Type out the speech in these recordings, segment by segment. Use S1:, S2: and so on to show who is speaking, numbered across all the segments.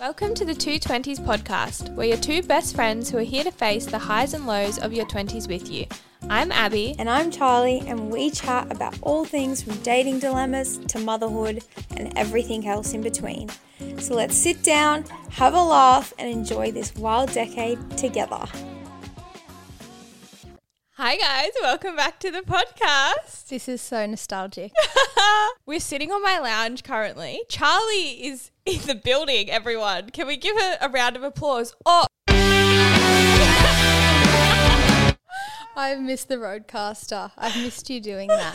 S1: Welcome to the 220s podcast, where your two best friends who are here to face the highs and lows of your 20s with you. I'm Abby,
S2: And I'm Charlie, and we chat about all things from dating dilemmas to motherhood and everything else in between. So let's sit down, have a laugh, and enjoy this wild decade together.
S1: Hi, guys. Welcome back to the podcast.
S3: This is so nostalgic.
S1: We're sitting on my lounge currently. Charlie is in the building, everyone. Can we give her a round of applause? Oh,
S3: I've missed the roadcaster. I've missed you doing that.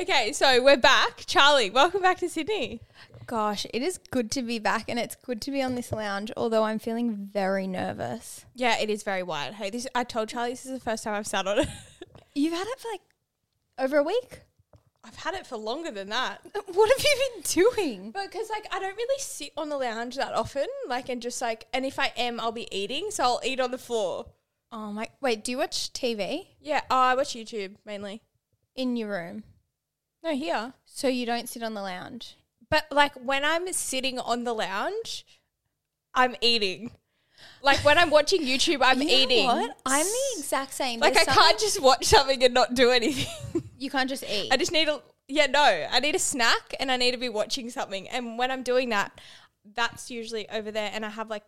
S1: okay. So we're back. Charlie, welcome back to Sydney.
S3: Gosh, it is good to be back and it's good to be on this lounge, although I'm feeling very nervous.
S1: Yeah, it is very wide. Hey, this I told Charlie this is the first time I've sat on it.
S3: You've had it for like over a week.
S1: I've had it for longer than that.
S3: What have you been doing?
S1: But because like I don't really sit on the lounge that often, like and just like, and if I am, I'll be eating, so I'll eat on the floor.
S3: Oh my. Wait, do you watch TV
S1: Yeah, oh, I watch YouTube mainly.
S3: in your room?
S1: No, here.
S3: So you don't sit on the lounge?
S1: But like when I'm sitting on the lounge, I'm eating. Like when I'm watching YouTube, I'm
S3: You know
S1: eating.
S3: what? I'm the exact same.
S1: Like I
S3: There's
S1: can't just watch something and not do anything.
S3: something- You can't just eat.
S1: I just need a yeah, no. I need a snack and I need to be watching something. And when I'm doing that, that's usually over there and I have like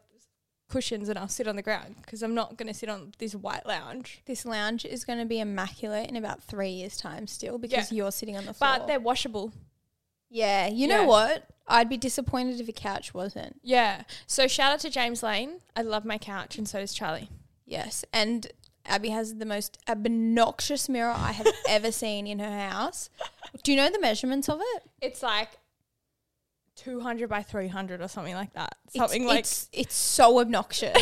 S1: cushions and I'll sit on the ground because I'm not going to sit on this white lounge.
S3: this lounge is going to be immaculate in about three years' time still because you're sitting on the floor.
S1: But they're washable.
S3: Yeah, you
S1: Yeah.
S3: know what? I'd be disappointed if a couch wasn't.
S1: Yeah. So shout out to James Lane. I love my couch and so does Charlie.
S3: Yes, and Abby has the most obnoxious mirror I have ever seen in her house. Do you know the measurements of it?
S1: It's like 200 by 300 or something like that. Something
S3: it's,
S1: like
S3: it's, it's so obnoxious.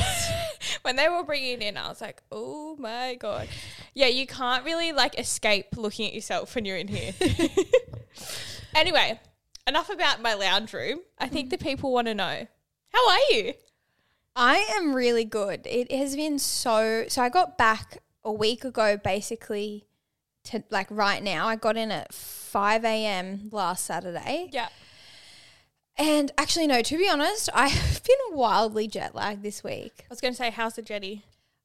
S1: when they were bringing it in, I was like, oh my God. Yeah, you can't really like escape looking at yourself when you're in here. anyway, enough about my lounge room. I think the people want to know how are you?
S3: I am really good. It has been so so I got back a week ago basically to like right now. I got in at 5 a.m. last Saturday.
S1: Yeah.
S3: And actually no, to be honest, I have been wildly jet lagged this week.
S1: I was going to say, how's the jetty?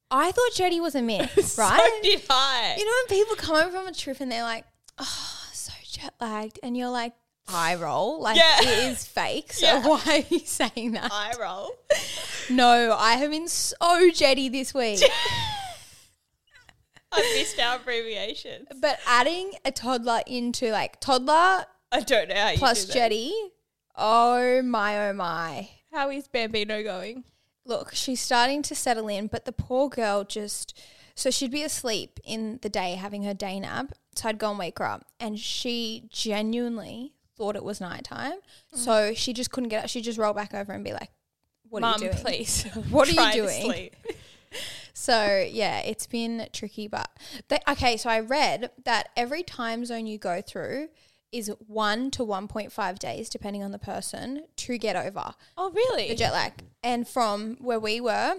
S3: I thought jetty was a myth,
S1: So
S3: right?
S1: did I.
S3: you know when people come home from a trip and they're like, "Oh, so jet lagged," and you're like, "I roll, like
S1: Yeah.
S3: it is fake." So
S1: Yeah. Uh,
S3: why are you saying that?
S1: Eye roll.
S3: no, I have been so jetty this week.
S1: I missed our abbreviation.
S3: but adding a toddler into like toddler
S1: I don't know how you
S3: plus
S1: do that.
S3: jetty, oh my, oh my!
S1: How is Bambino going?
S3: look, she's starting to settle in, but the poor girl just so she'd be asleep in the day having her day nap. So I'd go and wake her up, and she genuinely thought it was nighttime.
S1: Mm.
S3: So she just couldn't get up. She'd just roll back over and be like, "What
S1: Mum,
S3: are you doing?"
S1: please.
S3: What are you
S1: Trying to
S3: doing?
S1: sleep.
S3: So yeah, it's been tricky, but they, okay. So I read that every time zone you go through is one to one point five days, depending on the person, to get over
S1: Oh, really?
S3: the jet lag. And from where we were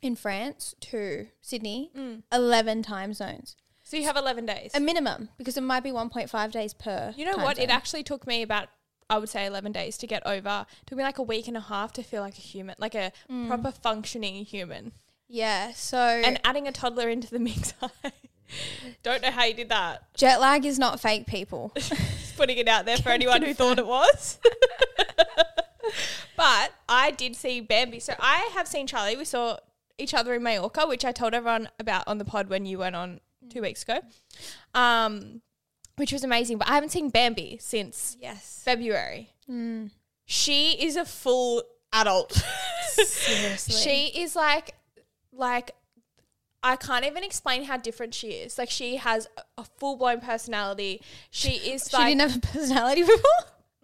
S3: in France to Sydney,
S1: Mm.
S3: 11 time zones.
S1: so you have 11 days.
S3: A minimum, because it might be 1.5 days per.
S1: You know
S3: time
S1: what? It
S3: zone.
S1: actually took me about I would say eleven days to get over. It took me like a week and a half to feel like a human, like a proper functioning human.
S3: yeah, so
S1: And adding a toddler into the mix, I don't know how you did that.
S3: jet lag is not fake, people.
S1: Just putting it out there for anyone who thought it was. but I did see Bambi. So I have seen Charlie. We saw each other in Mallorca, which I told everyone about on the pod when you went on
S3: Mm.
S1: two weeks ago, um, which was amazing. But I haven't seen Bambi since
S3: yes. Mm.
S1: February. She is a full adult.
S3: Seriously.
S1: she is like, like, I can't even explain how different she is. Like, she has a- a full blown personality. She is
S3: She
S1: like,
S3: didn't have a personality before.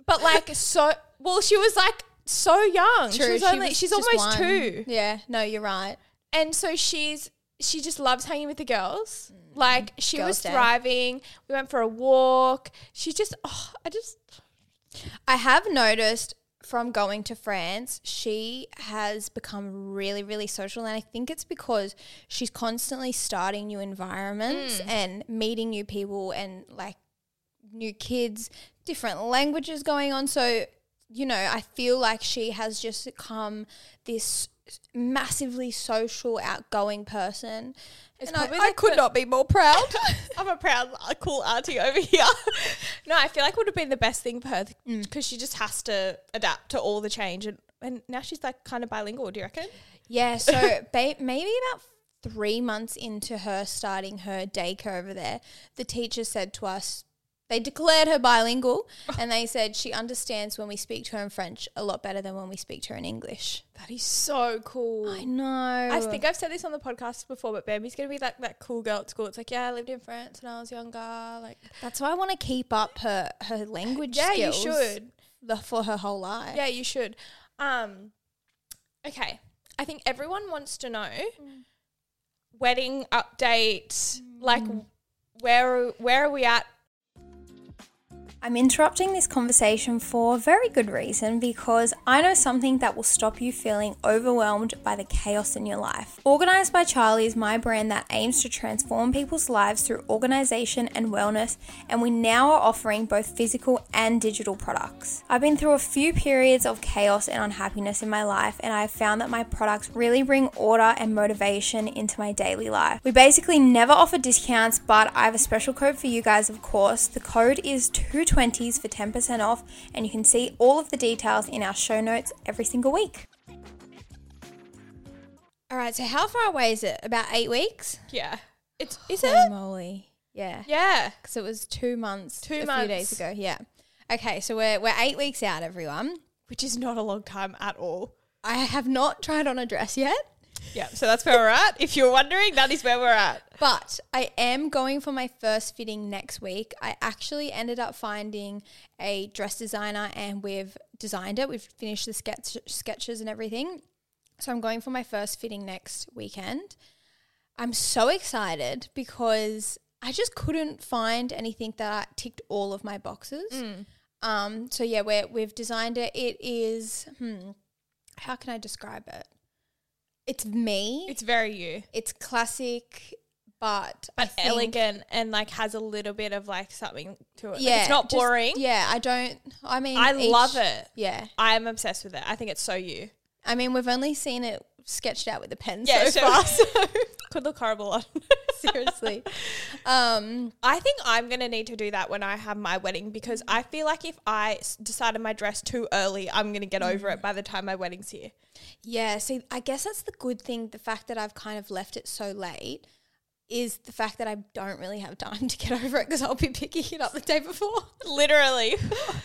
S1: but like so. Well, she was like so young. She was only, she's
S3: just
S1: almost
S3: one.
S1: two,
S3: Yeah, no, you're right.
S1: and so she's she just loves hanging with the Mm. girls. Like she
S3: Girls'
S1: was
S3: day.
S1: thriving. We went for a walk. She just, oh, I just
S3: I have noticed from going to France, she has become really, really social. And I think it's because she's constantly starting new environments
S1: Mm.
S3: and meeting new people and like new kids, different languages going on. So you know, I feel like she has just become this massively social, outgoing person.
S1: It's
S3: and I,
S1: probably
S3: I
S1: like
S3: could
S1: the-
S3: not be more proud.
S1: I'm a proud, uh, cool auntie over here. no, I feel like it would have been the best thing for her because she just has to adapt to all the change. And, and now she's like kind of bilingual, do you reckon?
S3: yeah, so ba- maybe about three months into her starting her daycare over there, the teacher said to us, they declared her bilingual and they said she understands when we speak to her in French a lot better than when we speak to her in English.
S1: That is so cool.
S3: I know.
S1: I think I've said this on the podcast before, but Bambi's gonna be like that cool girl at school. It's like, yeah, I lived in France when I was younger. Like,
S3: That's why I want to keep up her her language
S1: yeah,
S3: skills.
S1: you should.
S3: the, for her whole life.
S1: Yeah, you should. Um, okay, I think everyone wants to know wedding update. Like, where where are we at?
S2: I'm interrupting this conversation for a very good reason because I know something that will stop you feeling overwhelmed by the chaos in your life. Organized by Charlie is my brand that aims to transform people's lives through organization and wellness, and we now are offering both physical and digital products. I've been through a few periods of chaos and unhappiness in my life, and I've found that my products really bring order and motivation into my daily life. We basically never offer discounts, but I have a special code for you guys, of course. The code is 220s for 10% off, and you can see all of the details in our show notes every single week.
S3: All right. So how far away is it? About eight weeks.
S1: Yeah, it's is
S3: Holy
S1: it?
S3: moly. Yeah.
S1: Yeah,
S3: Because it was two months.
S1: Two
S3: a
S1: months.
S3: few days ago. Yeah. Okay. So we're we're eight weeks out, everyone.
S1: which is not a long time at all.
S3: I have not tried on a dress yet,
S1: Yeah, so that's where we're at. If you're wondering, that is where we're at.
S3: but I am going for my first fitting next week. I actually ended up finding a dress designer, and we've designed it. We've finished the sketch sketches and everything. So I'm going for my first fitting next weekend. I'm so excited because I just couldn't find anything that ticked all of my boxes. Um, so yeah, we're, we've designed it. It is hmm, how can I describe it? It's me.
S1: It's
S3: It's,
S1: very you,
S3: classic, but I
S1: but
S3: think-
S1: elegant and like has a little bit of like something to it. Like,
S3: Yeah,
S1: it's not
S3: just-
S1: boring.
S3: yeah, I don't. I mean,
S1: I
S3: each-
S1: love it.
S3: Yeah,
S1: I'm obsessed with it. I think it's so you.
S3: I mean, we've only seen it sketched out with a pen
S1: Yeah,
S3: so,
S1: so-
S3: far. So
S1: Could look horrible on.
S3: seriously, um,
S1: I think I'm going to need to do that when I have my wedding because I feel like if I s- decided my dress too early, I'm going to get over it by the time my wedding's here.
S3: Yeah, so I guess that's the good thing. The fact that I've kind of left it so late is the fact that I don't really have time to get over it because I'll be picking it up the day before.
S1: Literally.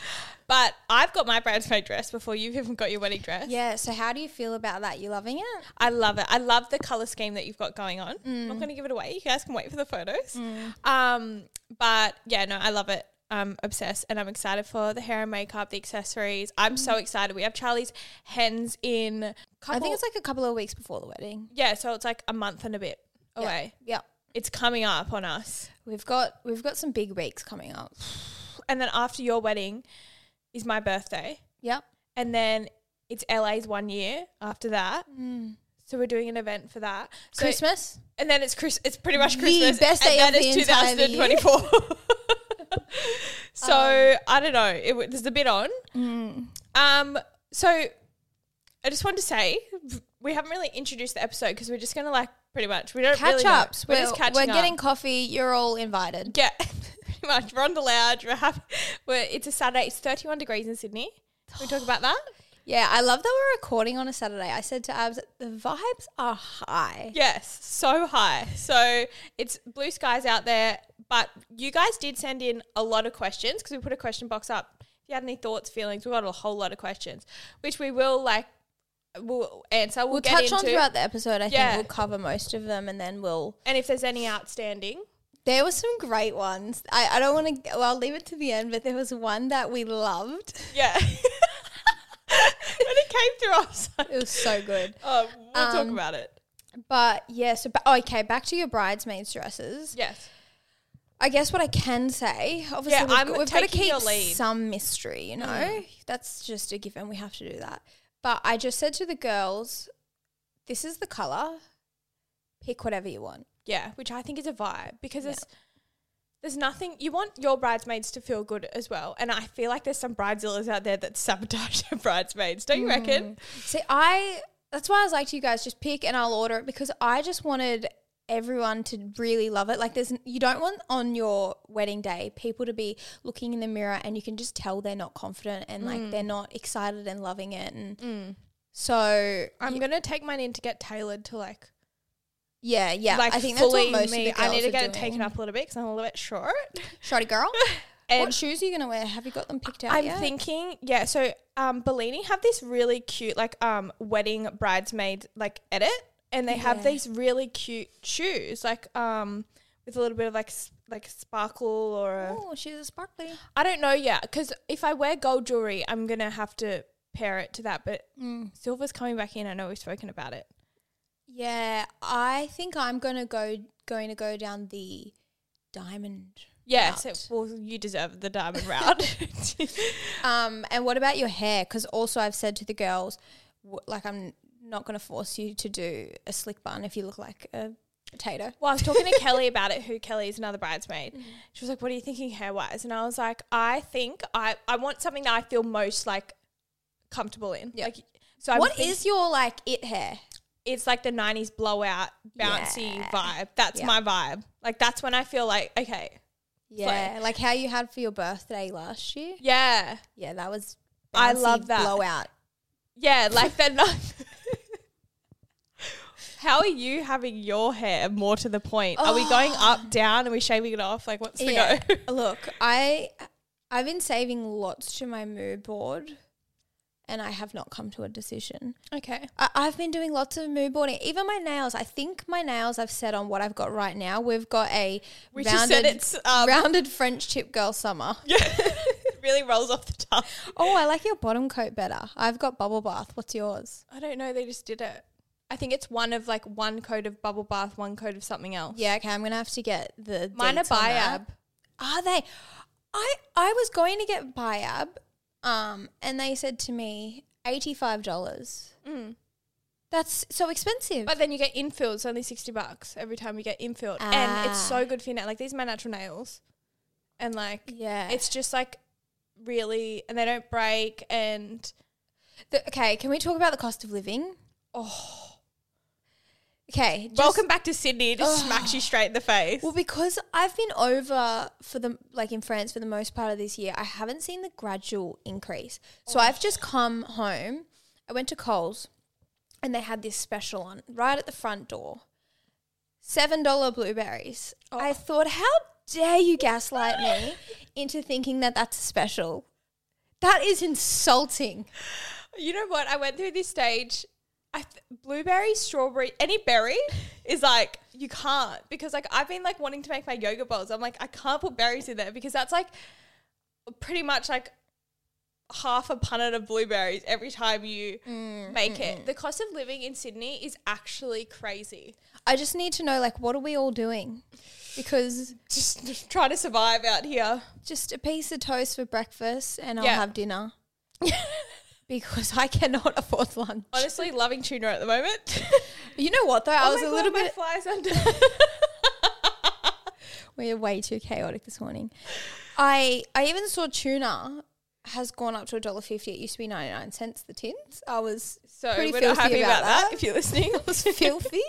S1: but I've got my bridesmaid dress before you've even got your wedding dress.
S3: Yeah, so how do you feel about that? You loving it?
S1: I love it. I love the color scheme that you've got going on. I'm
S3: Mm.
S1: not going to give it away. You guys can wait for the photos. Um, but yeah, no, I love it. I'm obsessed and I'm excited for the hair and makeup, the accessories. I'm so excited. We have Charlie's hens in couple,
S3: Mm. I think it's like a couple of weeks before the wedding.
S1: yeah, so it's like a month and a bit
S3: Yeah,
S1: away.
S3: Yeah.
S1: It's coming up on us.
S3: We've got we've got some big weeks coming up.
S1: And then after your wedding is my birthday.
S3: Yep.
S1: And then it's LA's one year after that.
S3: Mm.
S1: So we're doing an event for that. So
S3: Christmas.
S1: and then it's Chris. It's pretty much
S3: The
S1: Christmas.
S3: best day
S1: and
S3: of
S1: then
S3: the
S1: it's
S3: entire year.
S1: 2024. so
S3: Um,
S1: I don't know. It, w- there's a bit on.
S3: Mm.
S1: Um. So I just wanted to say we haven't really introduced the episode because we're just gonna like pretty much we don't
S3: Catch
S1: really know.
S3: ups.
S1: We're,
S3: We're,
S1: just catching
S3: we're
S1: up.
S3: getting coffee. You're all invited.
S1: Yeah, pretty much. We're on the lounge. We're happy. We're, it's a Saturday. It's 31 degrees in Sydney. Can we talk about that?
S3: Yeah, I love that we're recording on a Saturday. I said to Abs, the vibes are high.
S1: Yes, so high. So it's blue skies out there. But you guys did send in a lot of questions because we put a question box up. If you had any thoughts, feelings, we got a whole lot of questions, which we will like, we'll answer. We'll,
S3: We'll
S1: get
S3: touch
S1: into.
S3: on throughout the episode. I
S1: Yeah.
S3: think we'll cover most of them, and then we'll.
S1: and if there's any outstanding,
S3: There were some great ones. I, I don't want to. Well, I'll leave it to the end. But there was one that we loved.
S1: yeah. when it came through, I was like,
S3: It was so good.
S1: oh, we'll talk
S3: Um,
S1: about it.
S3: But yeah. So ba- okay, back to your bridesmaids' dresses.
S1: Yes.
S3: I guess what I can say, obviously,
S1: Yeah,
S3: we've,
S1: I'm
S3: got- we've got to
S1: taking your
S3: keep
S1: lead. Mm.
S3: some mystery. You know, that's just a given. We have to do that. But I just said to the girls, "This is the color. Pick whatever you want."
S1: Yeah, which I think is a vibe because
S3: Yeah.
S1: it's There's nothing you want your bridesmaids to feel good as well, and I feel like there's some bridezillas out there that sabotage their bridesmaids. Don't you
S3: Mm-hmm.
S1: reckon?
S3: See, I that's why I was like to you guys, just pick and I'll order it because I just wanted everyone to really love it. Like, there's you don't want on your wedding day people to be looking in the mirror and you can just tell they're not confident and like
S1: Mm.
S3: they're not excited and loving it. And so,
S1: I'm gonna take mine in to get tailored to like
S3: yeah, yeah,
S1: like
S3: I think that's
S1: fully
S3: what most
S1: me.
S3: of the girls
S1: I need to
S3: are
S1: get it
S3: doing.
S1: taken up a little bit because I'm a little bit short.
S3: Shorty girl,
S1: And
S3: what shoes are you gonna wear? Have you got them picked out?
S1: I'm
S3: yet?
S1: thinking, yeah. So, um, Bellini have this really cute, like, um, wedding bridesmaid like edit, and they have
S3: Yeah.
S1: these really cute shoes, like, um, with a little bit of like, s- like sparkle or a,
S3: Oh, she's a sparkly.
S1: I don't know yet, because if I wear gold jewelry, I'm gonna have to pair it to that. But
S3: Mm.
S1: silver's coming back in. I know we've spoken about it.
S3: Yeah, I think I'm gonna go going to go down the diamond.
S1: Yeah. So,
S3: route.
S1: well, you deserve the diamond route.
S3: Um, and what about your hair? Because also I've said to the girls, w- like I'm not gonna force you to do a slick bun if you look like a potato.
S1: Well, I was talking to Kelly about it, who Kelly is another bridesmaid.
S3: Mm-hmm.
S1: She was like, What are you thinking hair wise? And I was like, I think I, I want something that I feel most like comfortable in.
S3: Yeah.
S1: Like so I'm
S3: what
S1: think-
S3: is your like it hair?
S1: it's like the nineties blowout bouncy
S3: Yeah.
S1: vibe. That's
S3: Yeah.
S1: my vibe. Like that's when I feel like, okay.
S3: Yeah, like how you had for your birthday last year.
S1: Yeah.
S3: Yeah, that was.
S1: I
S3: bouncy
S1: love that.
S3: blowout.
S1: Yeah, like they're not How are you having your hair more to the point? Are we going up, down? Are we shaving it off? Like what's the
S3: Yeah.
S1: go?
S3: Look, I I've been saving lots to my mood board, and I have not come to a decision.
S1: okay.
S3: I, I've been doing lots of mood boarding. Even my nails. I think my nails I've set on what I've got right now. We've got a
S1: We just said
S3: rounded,
S1: it's um,
S3: rounded French tip girl summer.
S1: really rolls off the tongue.
S3: Oh, I like your bottom coat better. I've got bubble bath. What's yours?
S1: I don't know. They just did it. I think it's one of like one coat of bubble bath, one coat of something else.
S3: Yeah, okay. I'm gonna have to get the
S1: Mine are
S3: dates on that.
S1: biab.
S3: Are they? I I was going to get biab, um, and they said to me eighty five dollars. That's so expensive.
S1: Mm. But then you get infilled. It's only 60 bucks every time you get infilled. And it's
S3: Ah.
S1: so good for your nail. Like these are my natural nails. And like,
S3: yeah,
S1: it's just like really, and they don't break. And
S3: The- okay, can we talk about the cost of living? Oh. Okay. just-
S1: welcome back to Sydney. It just smacks you straight in the face.
S3: Well, because I've been over for the like in France for the most part of this year, I haven't seen the gradual increase. So I've just come home. I went to Coles and they had this special on right at the front door. Seven dollar blueberries. I thought, how dare you gaslight me into thinking that that's special? That is insulting.
S1: you know what? I went through this stage. I th- blueberry, strawberry, any berry is like you can't because like I've been like wanting to make my yoga bowls. I'm like I can't put berries in there because that's like pretty much like half a punnet of blueberries every time you make it. The cost of living in Sydney is actually crazy.
S3: I just need to know, like, what are we all doing? Because
S1: Just, just trying to survive out here.
S3: just a piece of toast for breakfast and I'll
S1: Yeah.
S3: have dinner. because I cannot afford lunch.
S1: Honestly, loving tuna at the moment.
S3: You know what though? I was a little
S1: Oh my
S3: bit
S1: flies under.
S3: we're way too chaotic this morning. I I even saw tuna has gone up to a dollar fifty. It used to be ninety nine cents the tins. I was
S1: so
S3: Pretty
S1: we're not
S3: filthy
S1: happy
S3: about
S1: about, that.
S3: that.
S1: If you're listening,
S3: filthy.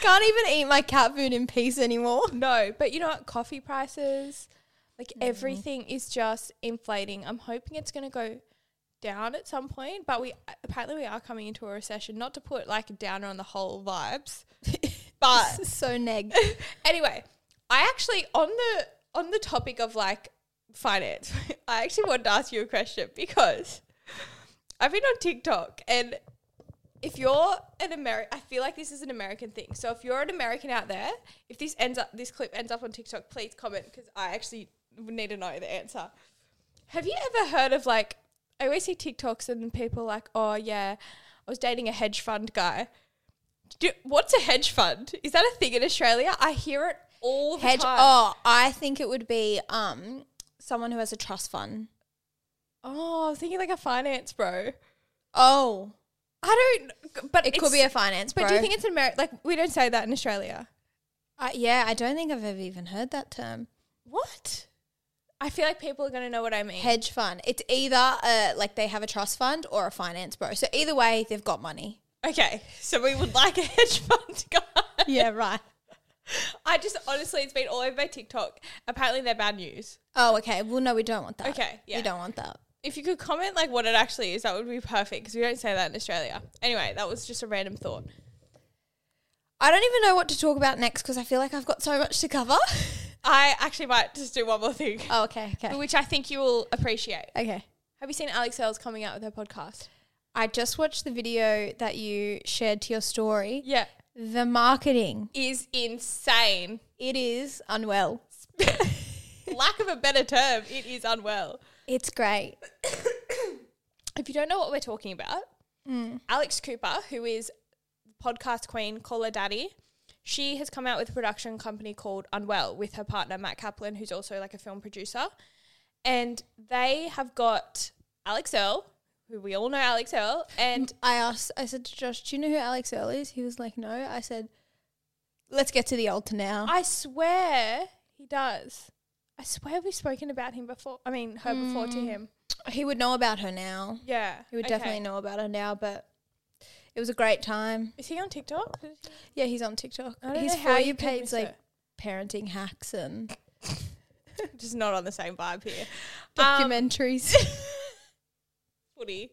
S3: Can't even eat my cat food in peace anymore.
S1: No, but you know what? Coffee prices, like everything is just inflating. I'm hoping it's going to go down at some point, but we apparently we are coming into a recession. Not to put like a downer on the whole vibes, but
S3: This is so neg.
S1: anyway, I actually on the on the topic of like finance, I actually wanted to ask you a question because I've been on TikTok and if you're an American, I feel like this is an American thing. So if you're an American out there, if this ends up this clip ends up on TikTok, please comment because I actually would need to know the answer. Have you ever heard of like I always see TikToks and people like, oh yeah, I was dating a hedge fund guy. Do, what's a hedge fund? Is that a thing in Australia? I hear it all the
S3: Hedge.
S1: time.
S3: Oh, I think it would be um someone who has a trust fund.
S1: Oh, I was thinking like a finance bro.
S3: Oh,
S1: I don't, but
S3: it could be a finance.
S1: But
S3: bro.
S1: do you think it's in America? Like we don't say that in Australia.
S3: Uh, yeah, I don't think I've ever even heard that term.
S1: What? I feel like people are going to know what I mean.
S3: Hedge fund. It's either uh, like they have a trust fund or a finance bro. So either way, they've got money.
S1: Okay, so we would like a hedge fund guy.
S3: Yeah, right.
S1: I just honestly, it's been all over my TikTok. Apparently, they're bad news.
S3: Oh, okay. Well, no, we don't want that.
S1: Okay, yeah.
S3: We don't want that.
S1: If you could comment like what it actually is, that would be perfect because we don't say that in Australia. Anyway, that was just a random thought.
S3: I don't even know what to talk about next because I feel like I've got so much to cover.
S1: I actually might just do one more thing,
S3: oh, okay, okay.
S1: which I think you will appreciate.
S3: Okay.
S1: Have you seen Alex Ells coming out with her podcast?
S3: I just watched the video that you shared to your story.
S1: Yeah,
S3: The marketing.
S1: is insane.
S3: It is unwell.
S1: Lack of a better term, it is unwell.
S3: It's great.
S1: If you don't know what we're talking about,
S3: Mm.
S1: Alex Cooper, who is podcast queen, call her daddy. She has come out with a production company called Unwell with her partner Matt Kaplan, who's also like a film producer, and they have got Alex Earl, who we all know Alex Earl, and
S3: I asked, I said to Josh, do you know who Alex Earl is? He was like, no. I said, let's get to the old to now.
S1: I swear he does. I swear we've spoken about him before. I mean, her before to him.
S3: he would know about her now.
S1: Yeah,
S3: He Mm. would definitely know about her now, but it was a great time.
S1: Is he on TikTok?
S3: Yeah, he's on TikTok.
S1: I don't
S3: He's
S1: know how
S3: For
S1: you
S3: You
S1: could miss
S3: page like
S1: it.
S3: parenting hacks and
S1: Just not on the same vibe here. Um,
S3: documentaries.
S1: Footy.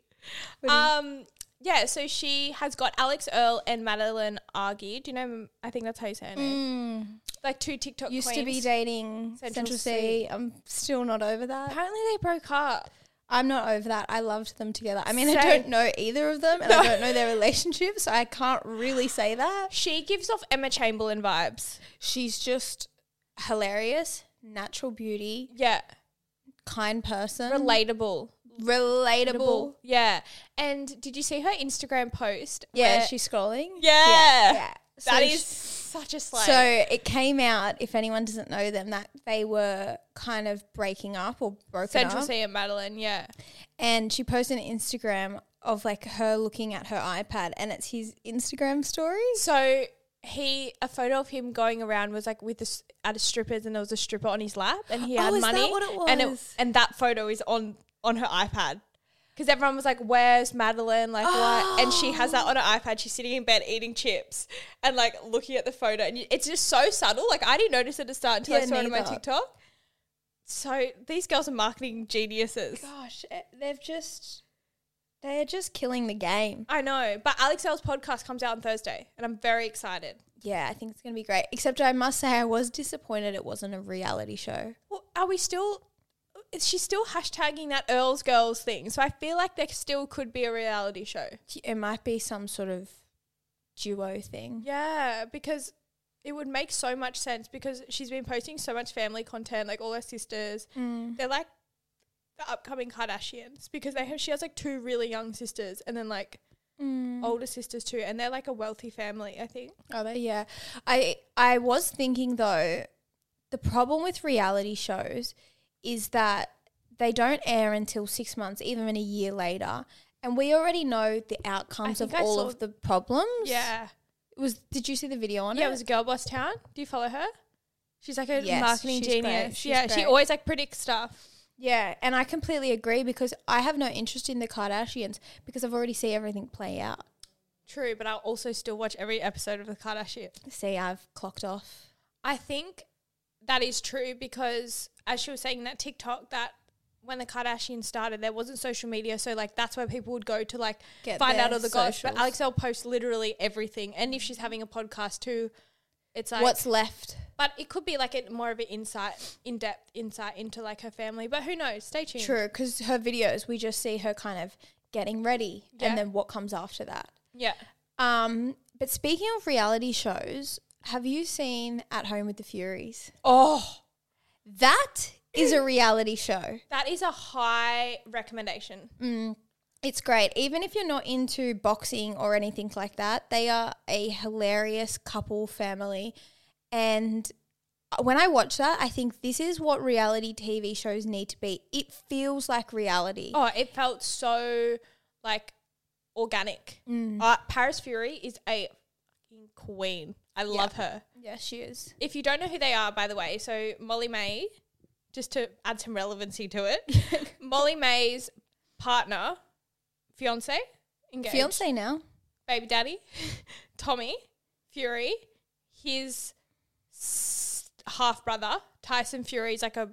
S1: Um, yeah, so she has got Alex Earl and Madeline Argy. Do you know? I think that's how you say her name. Like two TikTok
S3: Mm. Used to
S1: queens.
S3: be dating
S1: Central
S3: Central, C. I'm still not over that.
S1: Apparently they broke up.
S3: I'm not over that. I loved them together. I mean, I
S1: Same.
S3: don't know either of them, and I don't know their relationship, so I can't really say that.
S1: She gives off Emma Chamberlain vibes.
S3: She's just hilarious, natural beauty,
S1: Yeah,
S3: kind person,
S1: relatable.
S3: Mm. relatable.
S1: Yeah. And did you see her Instagram post?
S3: Yeah,
S1: where-
S3: she's scrolling.
S1: yeah.
S3: yeah.
S1: That
S3: So
S1: is
S3: sh-
S1: such a slay.
S3: So it came out, if anyone doesn't know them, that they were kind of breaking up or broken
S1: Central
S3: up.
S1: C and Madeline. Yeah.
S3: And she posted an Instagram of like her looking at her iPad, and it's his Instagram story.
S1: So he a photo of him going around was like with this at a strippers and there was a stripper on his lap and he
S3: Oh,
S1: had
S3: is that
S1: money
S3: what it
S1: and
S3: was?
S1: and that photo is on on her iPad because everyone was like where's Madeline like what and she has that on her iPad she's sitting in bed eating chips and like looking at the photo and you- it's just so subtle like I didn't notice it at the start until I
S3: Yeah,
S1: saw it on my
S3: neither.
S1: TikTok so these girls are marketing geniuses
S3: Gosh, eh, they've just, they're just killing the game.
S1: I know but Alex L's podcast comes out on Thursday and I'm very excited
S3: Yeah, I think it's going to be great. Except I must say, I was disappointed it wasn't a reality show.
S1: Well, are we still? is She's still hashtagging that Earls Girls thing, so I feel like there still could be a reality show.
S3: It might be some sort of duo thing.
S1: Yeah, because it would make so much sense because she's been posting so much family content, like all her sisters. They're like the upcoming Kardashians because they have she has like two really young sisters and then like older sisters too, and they're like a wealthy family, I think.
S3: Oh, they? Yeah. I I was thinking though, the problem with reality shows is that they don't air until six months, even in a year later, and we already know the outcomes of
S1: think I
S3: all
S1: saw-
S3: of the problems.
S1: Yeah,
S3: It was did you see the video on
S1: yeah.
S3: it?
S1: It was Girl Boss Town. Do you follow her? She's like a
S3: Yes,
S1: marketing
S3: she's great.
S1: genius.
S3: She's
S1: yeah, she
S3: great.
S1: always like predicts stuff.
S3: yeah, and I completely agree because I have no interest in the Kardashians because I've already seen everything play out.
S1: True, but I'll also still watch every episode of The Kardashians.
S3: See, I've clocked off.
S1: I think that is true because, as she was saying, that TikTok, that when The Kardashians started, there wasn't social media. So, like, that's where people would go to, like,
S3: Get
S1: find
S3: their
S1: out all the gossip. But
S3: socials.
S1: Alex L posts literally everything. And if she's having a podcast too, it's like.
S3: What's left?
S1: but it could be, like, a, more of an insight, in depth insight into, like, her family. But who knows? Stay tuned.
S3: True, because her videos, we just see her kind of getting ready
S1: Yeah.
S3: and then what comes after that.
S1: Yeah.
S3: Um, but speaking of reality shows, have you seen At Home with the Furies?
S1: Oh.
S3: That is a reality show.
S1: That is a high recommendation.
S3: It's great. Even if you're not into boxing or anything like that, they are a hilarious couple family. And uh, when I watch that, I think this is what reality TV shows need to be. It feels like reality.
S1: Oh, it felt so
S3: Mm.
S1: like organic. Uh, Paris Fury is a fucking queen. I love her.
S3: Yeah, she is.
S1: If you don't know who they are, by the way, so Molly May, just to add some relevancy to it, Molly May's partner, fiance, engaged,
S3: Fiance now.
S1: baby daddy, Tommy Fury, his half brother Tyson Fury is like a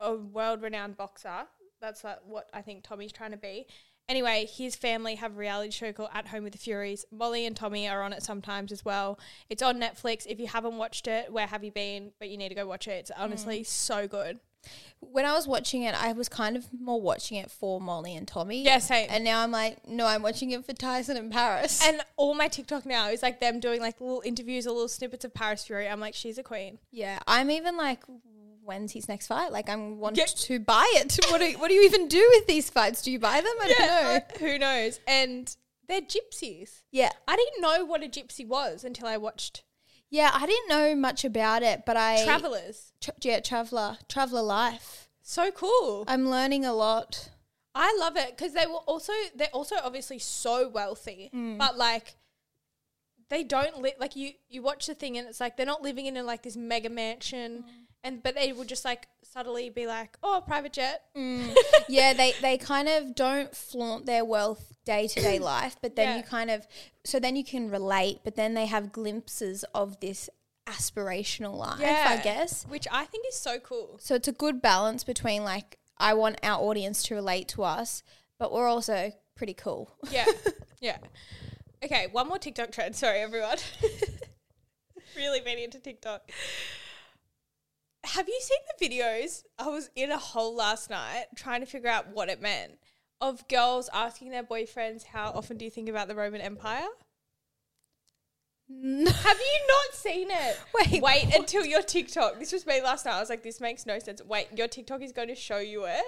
S1: a world renowned boxer. That's like what I think Tommy's trying to be. Anyway, his family have a reality show called At Home with the Furies. Molly and Tommy are on it sometimes as well. It's on Netflix. If you haven't watched it, where have you been? But you need to go watch it. It's honestly so good.
S3: When I was watching it, I was kind of more watching it for Molly and Tommy.
S1: Yeah, same.
S3: And now I'm like, no, I'm watching it for Tyson and Paris.
S1: And all my TikTok now is like them doing like little interviews or little snippets of Paris Fury. I'm like, she's a queen.
S3: yeah, I'm even like, when's his next fight? Like, I want
S1: Yeah.
S3: to buy it. What do, what do you even do with these fights? Do you buy them? I don't know.
S1: Uh, Who knows? And they're gypsies.
S3: Yeah.
S1: I didn't know what a gypsy was until I watched
S3: Yeah, I didn't know much about it, but I.
S1: Travelers.
S3: Tra- yeah, Traveller. Traveller Life.
S1: So cool.
S3: I'm learning a lot.
S1: I love it because they were also they're also obviously so wealthy, but like they don't li- like you you watch the thing and it's like they're not living in a, like this mega mansion, and but they will just like subtly be like, oh, private jet.
S3: yeah, they, they kind of don't flaunt their wealth day to day life, but then
S1: Yeah.
S3: you kind of, so then you can relate, but then they have glimpses of this aspirational life, I guess.
S1: which I think is so cool.
S3: So it's a good balance between like, I want our audience to relate to us, but we're also pretty cool.
S1: Yeah, yeah. Okay, one more TikTok trend. Sorry, everyone. really been into TikTok. Have you seen the videos? I was in a hole last night trying to figure out what it meant of girls asking their boyfriends, How often do you think about the Roman Empire? Have you not seen it?
S3: Wait,
S1: wait until your TikTok. This was me last night. I was like, This makes no sense. Wait, your TikTok is going to show you it.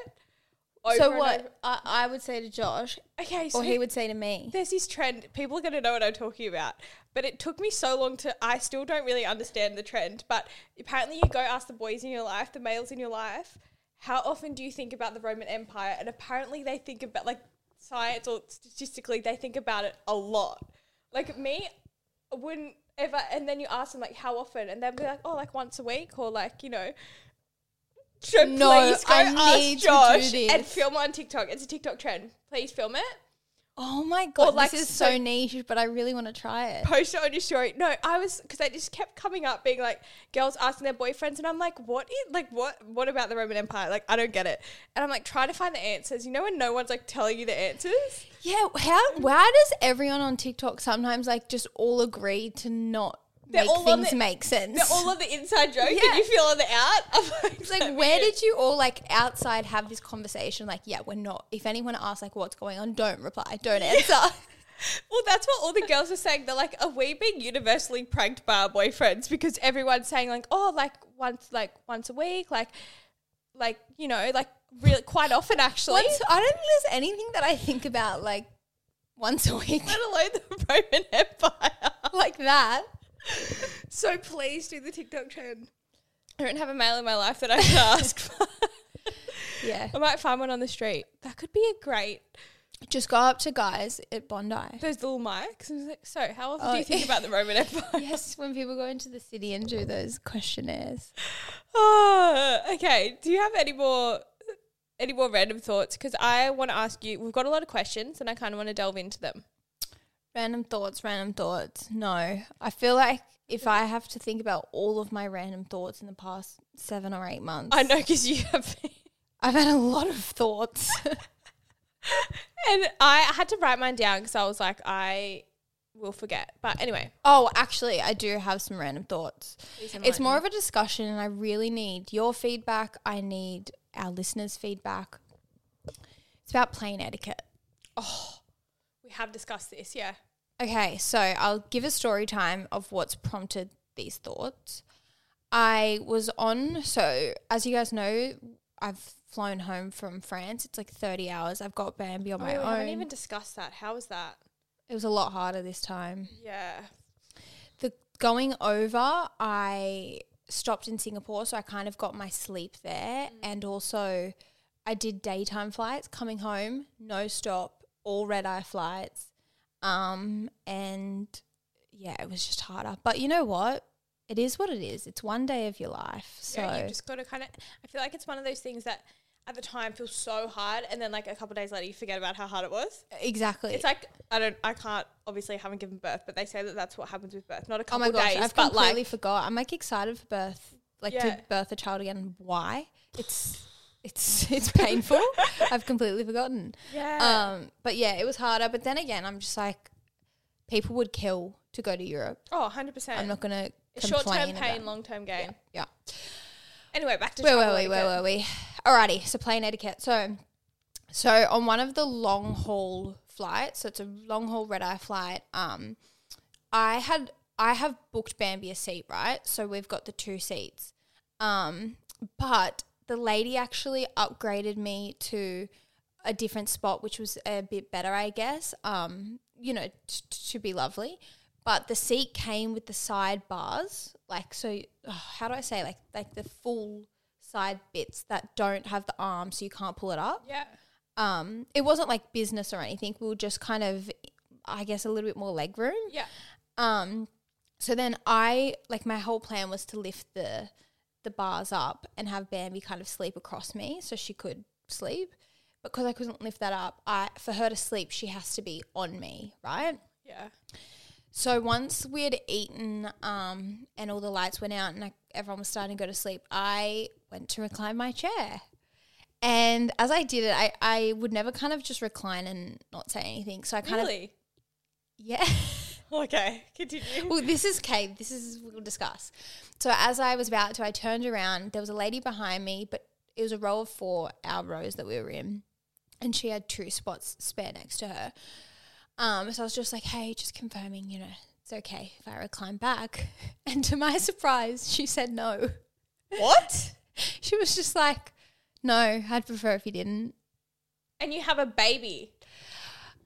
S1: Over
S3: so
S1: and over.
S3: what I, I would say to Josh,
S1: Okay, so
S3: or he would say to me,
S1: there's this trend. People are going to know what I'm talking about. But it took me so long to, I still don't really understand the trend. But apparently, you go ask the boys in your life, the males in your life, how often do you think about the Roman Empire? And apparently, they think about, like, science or statistically, they think about it a lot. Like, me, I wouldn't ever. And then you ask them, like, how often? And they'll be like, oh, like once a week or, like, you know. So
S3: No,
S1: please go
S3: I
S1: ask
S3: need to do
S1: Josh and
S3: this.
S1: film on TikTok. It's a TikTok trend. Please film it.
S3: oh my God,
S1: like,
S3: this is
S1: so-
S3: so niche, but I really want to try it.
S1: post it on your story. No, I was because I just kept coming up being like girls asking their boyfriends, and I'm like, what is like what what about the Roman Empire? Like I don't get it, and I'm like trying to find the answers. You know when no one's like telling you the answers?
S3: Yeah, how why does everyone on TikTok sometimes like just all agree to not
S1: They're
S3: make
S1: all on
S3: things
S1: the-
S3: make sense?
S1: They're all on the inside joke,
S3: Yeah.
S1: and you feel on the out. I'm like,
S3: it's like where did you all like outside have this conversation? Like, yeah, we're not. If anyone asks like what's going on, don't reply, don't answer.
S1: Well, that's what all the girls are saying. They're like, are we being universally pranked by our boyfriends? Because everyone's saying like, oh, like once, like once a week, like, like you know, like really quite often actually.
S3: Once, I don't think there's anything that I think about like once a week
S1: let alone the Roman Empire.
S3: like that.
S1: So please do the TikTok trend. I don't have a male in my life that I can ask for.
S3: Yeah,
S1: I might find one on the street. That could be a great.
S3: just go up to guys at Bondi.
S1: Those little mics. And it's like, so, how often
S3: Oh,
S1: do you think
S3: yeah.
S1: about the Roman Empire?
S3: Yes, when people go into the city and do those questionnaires.
S1: Oh, okay. Do you have any more any more random thoughts? Because I want to ask you. We've got a lot of questions, and I kind of want to delve into them.
S3: Random thoughts, random thoughts. No, I feel like if I have to think about all of my random thoughts in the past seven or eight months,
S1: I know because you have. been-
S3: I've had a lot of thoughts.
S1: And I had to write mine down because I was like, I will forget. But anyway,
S3: oh, actually, I do have some random thoughts. It's
S1: enlighten
S3: more of a discussion, and I really need your feedback. I need our listeners' feedback. It's about plain etiquette.
S1: we have discussed this. Yeah.
S3: Okay, so I'll give a story time of what's prompted these thoughts. I was on, so as you guys know, I've flown home from France. It's like 30 hours. I've got Bambi on
S1: Oh,
S3: my
S1: we
S3: own.
S1: haven't even discussed that. How was that?
S3: it was a lot harder this time.
S1: Yeah.
S3: The going over, I stopped in Singapore, so I kind of got my sleep
S1: Mm.
S3: there. And also, I did daytime flights coming home, no stop, all red eye flights. Um, and yeah, it was just harder. But you know what? It is what it is. It's one day of your life. So
S1: Yeah, you've just got to kind of. I feel like it's one of those things that at the time feels so hard, and then like a couple days later, you forget about how hard it was.
S3: exactly.
S1: It's like I don't, I can't. Obviously, I haven't given birth, but they say that that's what happens with birth. Not a
S3: oh
S1: couple
S3: my gosh,
S1: days,
S3: I've
S1: but
S3: completely
S1: like
S3: forgot. I'm like excited for birth, like
S1: Yeah.
S3: to birth a child again. Why? It's it's it's painful. I've completely forgotten.
S1: yeah,
S3: Um, but yeah, it was harder. But then again, I'm just like, people would kill to go to Europe.
S1: oh, 100 percent.
S3: I'm not gonna
S1: Short term
S3: complain
S1: pain,
S3: about-
S1: long term gain.
S3: yeah.
S1: Anyway, back to
S3: Where
S1: travel
S3: were we? Where
S1: etiquette.
S3: were we? Alrighty, so plane etiquette. So, so on one of the long haul flights, so it's a long haul red eye flight. Um, I had I have booked Bambi a seat, right? So we've got the two seats. Um, but the lady actually upgraded me to a different spot, which was a bit better, I guess. Um, you know, t- t- to be lovely. But the seat came with the side bars, like so. ugh, how do I say like like the full side bits that don't have the arm, so you can't pull it up.
S1: Yeah,
S3: Um, it wasn't like business or anything. We were just kind of, I guess, a little bit more leg room.
S1: yeah.
S3: Um, so then I like my whole plan was to lift the the bars up and have Bambi kind of sleep across me so she could sleep. But because I couldn't lift that up, I for her to sleep she has to be on me, right?
S1: Yeah.
S3: So once we had eaten um, and all the lights went out and I, everyone was starting to go to sleep, I went to recline my chair. And as I did it, I, I would never kind of just recline and not say anything. So I kind of
S1: Really?
S3: yeah.
S1: Okay. Continue.
S3: Well, this is Kate. This is we'll discuss. So as I was about to, I turned around. There was a lady behind me, but it was a row of four, our rows that we were in, and she had two spots spare next to her. Um, so I was just like, "Hey, just confirming, you know, it's okay if I recline back." And to my surprise, she said no.
S1: What?
S3: She was just like, "No, I'd prefer if you didn't."
S1: And you have a baby.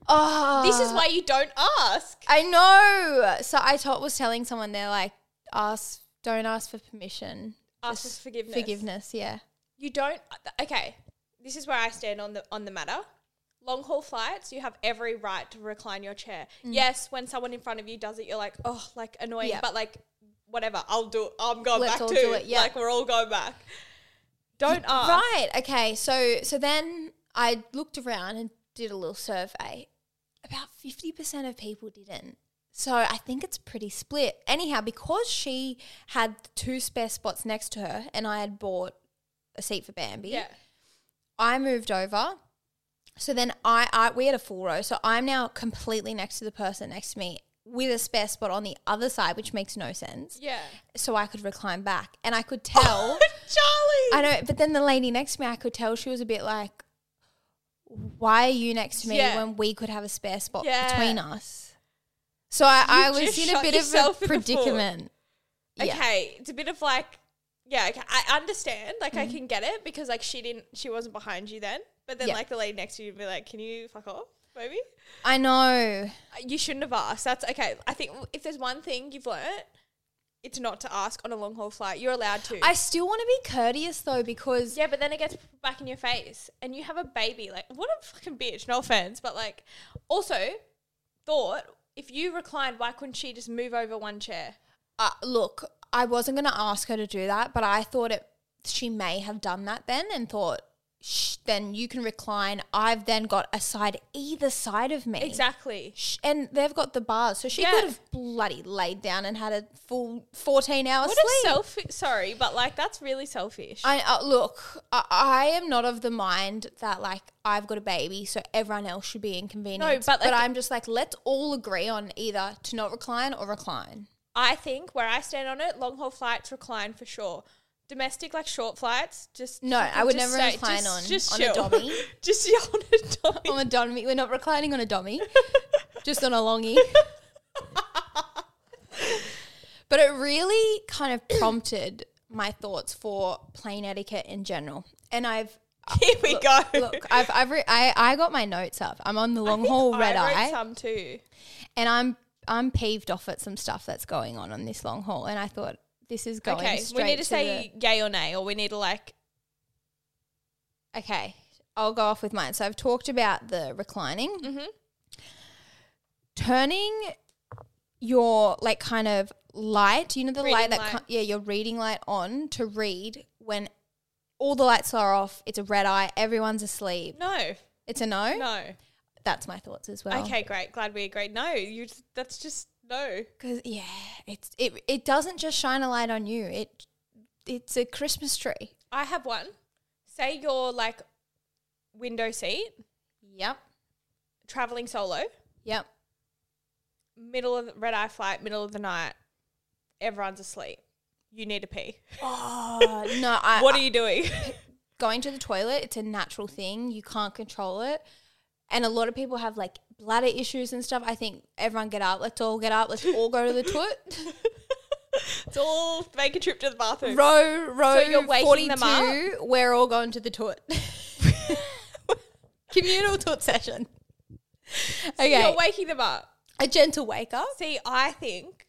S3: Oh,
S1: This is why you don't ask.
S3: I know. So I told, was telling someone they're like, ask, don't ask for permission.
S1: Ask
S3: Just
S1: for forgiveness.
S3: Forgiveness, yeah.
S1: You don't. Okay. This is where I stand on the on the matter. Long haul flights, you have every right to recline your chair. Yes, when someone in front of you does it, you're like, oh, like annoying,
S3: Mm. Yeah.
S1: but like whatever. I'll do. it. I'm going
S3: Let's
S1: back
S3: all
S1: too.
S3: do it, yeah.
S1: Like we're all going back. Don't ask.
S3: Right. Okay. So so then I looked around and did a little survey. About fifty percent of people didn't. So I think it's pretty split. Anyhow, because she had two spare spots next to her, and I had bought a seat for Bambi.
S1: Yeah.
S3: I moved over. So then I, I we had a full row. So I'm now completely next to the person next to me with a spare spot on the other side, which makes no sense.
S1: Yeah.
S3: So I could recline back. And I could tell
S1: Charlie.
S3: I know, but then the lady next to me I could tell she was a bit like why are you next to me
S1: Yeah.
S3: when we could have a spare spot
S1: Yeah.
S3: between us? So I, I
S1: You
S3: was
S1: just
S3: in a
S1: shot
S3: bit
S1: yourself
S3: of a
S1: in the foot.
S3: predicament. Yeah.
S1: okay, it's a bit of like, yeah, okay, I understand. Like, I can get it because like she didn't, she wasn't behind you then. But then
S3: Mm-hmm. Yeah.
S1: like the lady next to you would be like, can you fuck off, maybe?
S3: I know.
S1: Uh, You shouldn't have asked. That's okay. I think if there's one thing you've learnt, it's not to ask on a long haul flight. You're allowed to.
S3: I still want to be courteous though because
S1: yeah, but then it gets back in your face, and you have a baby. Like, what a fucking bitch. No offense, but like, also thought if you reclined, why couldn't she just move over one chair?
S3: uh, look, I wasn't going to ask her to do that, but I thought it. She may have done that then and thought, Shh, then you can recline. I've then got a side either side of me.
S1: Exactly.
S3: Sh- And they've got the bars, so she
S1: Yeah.
S3: could have bloody laid down and had a full fourteen hours
S1: What
S3: sleep.
S1: a selfish. Sorry, but like that's really selfish.
S3: I uh, look. I, I am not of the mind that like I've got a baby, so everyone else should be inconvenienced.
S1: No, but, like-
S3: but I'm just like, let's all agree on either to not recline or recline.
S1: I think where I stand on it, long haul flights recline for sure. Domestic like short flights, just
S3: No, I would never recline on- on a dummy.
S1: just yeah, on a dummy.
S3: on a dummy. We're not reclining on a dummy, just on a longy. but it really kind of prompted my thoughts for plane etiquette in general. And I've
S1: Here we
S3: look,
S1: go.
S3: Look, I've, I've re- I I got my notes up. I'm on the
S1: I
S3: long
S1: think
S3: haul red
S1: I wrote
S3: eye,
S1: Some too.
S3: and I'm I'm peeved off at some stuff that's going on on this long haul. And I thought this is going
S1: Okay, we
S3: straight
S1: need to,
S3: to
S1: say yay or nay, or we need to like
S3: the- okay. I'll go off with mine. So I've talked about the reclining.
S1: mm-hmm.
S3: turning your like kind of light, you know the
S1: Reading
S3: light that
S1: light.
S3: co- yeah, your reading light on to read when all the lights are off, it's a red eye, everyone's asleep.
S1: No,
S3: It's a no? Oh,
S1: no.
S3: That's my thoughts as well.
S1: Okay, great. Glad we agreed. No, you. just- That's just no.
S3: Cuz yeah, it's it it doesn't just shine a light on you. It it's a Christmas tree.
S1: I have one. Say you're like window seat,
S3: Yep.
S1: traveling solo,
S3: Yep.
S1: middle of the red eye flight, middle of the night. Everyone's asleep. You need to pee.
S3: Oh, no, I
S1: What are you doing?
S3: going to the toilet, it's a natural thing. You can't control it. And a lot of people have like bladder issues and stuff. I think everyone get up. Let's all get up. Let's all go to the toilet.
S1: it's all make a trip to the bathroom.
S3: row, row,
S1: you're waking
S3: 42,
S1: them
S3: we're all going to the toilet. Communal toilet session.
S1: So
S3: Okay.
S1: You're waking them up.
S3: a gentle wake up.
S1: See, I think